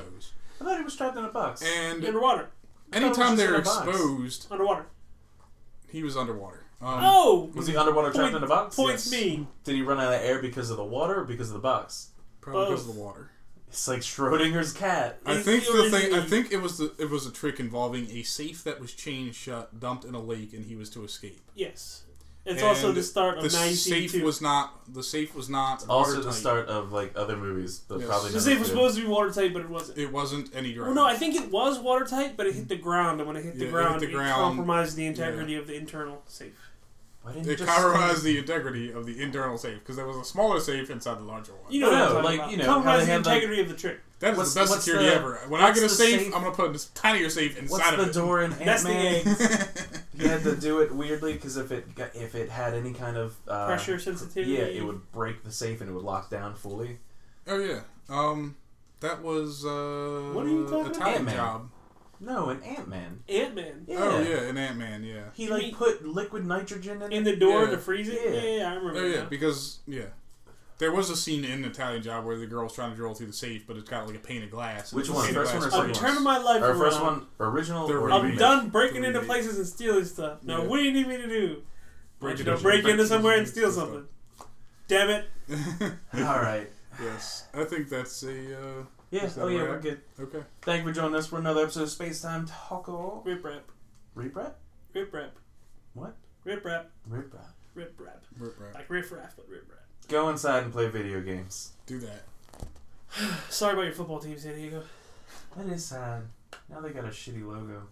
Speaker 2: I thought he was trapped in a box.
Speaker 1: And
Speaker 3: Underwater.
Speaker 1: anytime
Speaker 2: just in
Speaker 1: they're
Speaker 2: a box.
Speaker 1: exposed,
Speaker 3: Underwater.
Speaker 1: he was underwater. Um,
Speaker 3: Oh!
Speaker 2: Hmm. was he underwater trapped
Speaker 3: Point-
Speaker 2: in a box?
Speaker 3: Points
Speaker 1: Yes.
Speaker 3: me.
Speaker 2: Did he run out of air because of the water or because of the box?
Speaker 1: probably
Speaker 3: both.
Speaker 1: because of the water.
Speaker 2: It's like Schrodinger's cat.
Speaker 1: I
Speaker 3: Is
Speaker 1: think
Speaker 3: he
Speaker 1: the
Speaker 3: or
Speaker 1: thing. I
Speaker 3: isn't he?
Speaker 1: think it was the. It was a trick involving a safe that was chained shut, dumped in a lake, and he was to escape.
Speaker 3: Yes. It's also
Speaker 1: And
Speaker 3: the start of
Speaker 1: The safe
Speaker 3: 1982.
Speaker 1: was not. The safe was not.
Speaker 2: Also, the
Speaker 1: watertight.
Speaker 2: start of like other movies that
Speaker 1: Yes.
Speaker 2: probably
Speaker 3: The
Speaker 2: never
Speaker 3: safe was
Speaker 2: did.
Speaker 3: supposed to be watertight, but it wasn't.
Speaker 1: It wasn't any
Speaker 3: Well,
Speaker 1: direction.
Speaker 3: no, I think it was watertight, but it hit the ground, and when it
Speaker 1: Yeah,
Speaker 3: hit
Speaker 1: it
Speaker 3: the
Speaker 1: hit
Speaker 3: ground,
Speaker 1: the
Speaker 3: it,
Speaker 1: ground.
Speaker 3: compromised the integrity of the internal safe.
Speaker 2: Why didn't you
Speaker 1: It
Speaker 2: just
Speaker 1: compromised the integrity of the internal safe because there was a smaller safe inside the larger one.
Speaker 3: You know,
Speaker 2: Well,
Speaker 3: what
Speaker 2: no,
Speaker 3: I'm talking
Speaker 2: like,
Speaker 3: about.
Speaker 2: you know, how they
Speaker 3: compromised the
Speaker 2: had, like-
Speaker 3: integrity of the trick.
Speaker 1: That is
Speaker 2: What's-
Speaker 1: the best
Speaker 2: what's
Speaker 1: security
Speaker 2: the-
Speaker 1: ever. When I
Speaker 2: what's
Speaker 1: get a
Speaker 2: the
Speaker 1: safe,
Speaker 2: safe-
Speaker 1: I'm gonna put this tinier safe inside
Speaker 2: What's
Speaker 1: of
Speaker 2: the
Speaker 1: it.
Speaker 2: door in Ant
Speaker 3: Nesting
Speaker 2: Man?
Speaker 3: eggs.
Speaker 2: You had to do it weirdly because if it got, if it had any kind of uh,
Speaker 3: Pressure
Speaker 2: yeah,
Speaker 3: sensitivity.
Speaker 2: it would break the safe and it would lock down fully.
Speaker 1: oh yeah. Um, that was uh,
Speaker 3: What are you talking about?
Speaker 1: Italian
Speaker 2: Ant-Man.
Speaker 1: job.
Speaker 2: No, an Ant Man.
Speaker 3: Ant Man.
Speaker 2: Yeah.
Speaker 1: Oh yeah, an Ant Man. Yeah.
Speaker 2: He
Speaker 3: You
Speaker 2: like
Speaker 3: mean-
Speaker 2: put liquid nitrogen in,
Speaker 3: In
Speaker 2: it.
Speaker 3: the door
Speaker 1: Yeah.
Speaker 3: to freeze it?
Speaker 2: Yeah.
Speaker 3: Yeah, yeah, I remember.
Speaker 1: Oh yeah,
Speaker 3: now.
Speaker 1: because yeah, there was a scene in Italian Job where the girl's trying to drill through the safe, but it's got like a pane of glass.
Speaker 2: Which
Speaker 1: It's
Speaker 2: one?
Speaker 1: painted
Speaker 2: First
Speaker 1: glass.
Speaker 2: one or
Speaker 3: I'm
Speaker 2: second
Speaker 3: turning my life
Speaker 2: Our
Speaker 3: around.
Speaker 2: first one, original.
Speaker 1: The
Speaker 2: or
Speaker 1: remake.
Speaker 3: I'm
Speaker 2: remake?
Speaker 3: done breaking
Speaker 1: The
Speaker 3: into
Speaker 1: remake.
Speaker 3: places and stealing stuff. Now,
Speaker 1: Yeah.
Speaker 3: what do you need me to do?
Speaker 1: Break
Speaker 3: Break,
Speaker 1: it
Speaker 3: you know,
Speaker 1: into-
Speaker 3: break
Speaker 1: break
Speaker 3: into
Speaker 1: it
Speaker 3: somewhere
Speaker 1: into
Speaker 3: and steal
Speaker 1: stuff.
Speaker 3: something. Damn it.
Speaker 1: <laughs>
Speaker 2: <laughs> All right.
Speaker 1: yes, I think that's a uh,
Speaker 2: Yeah.
Speaker 1: Is that
Speaker 2: Oh yeah,
Speaker 1: right?
Speaker 2: we're good.
Speaker 1: okay.
Speaker 2: Thank you for joining us for another episode of Space Time Taco.
Speaker 3: Rip rap.
Speaker 2: Rip rap.
Speaker 3: Rip rap.
Speaker 2: What?
Speaker 3: Rip rap.
Speaker 2: Rip rap.
Speaker 3: Rip rap.
Speaker 1: Rip rap.
Speaker 3: Like riff raff, but rip rap.
Speaker 2: Go inside and play video games.
Speaker 1: Do that.
Speaker 3: Sorry about your football team, San Diego.
Speaker 2: That is sad. Now they got a shitty logo.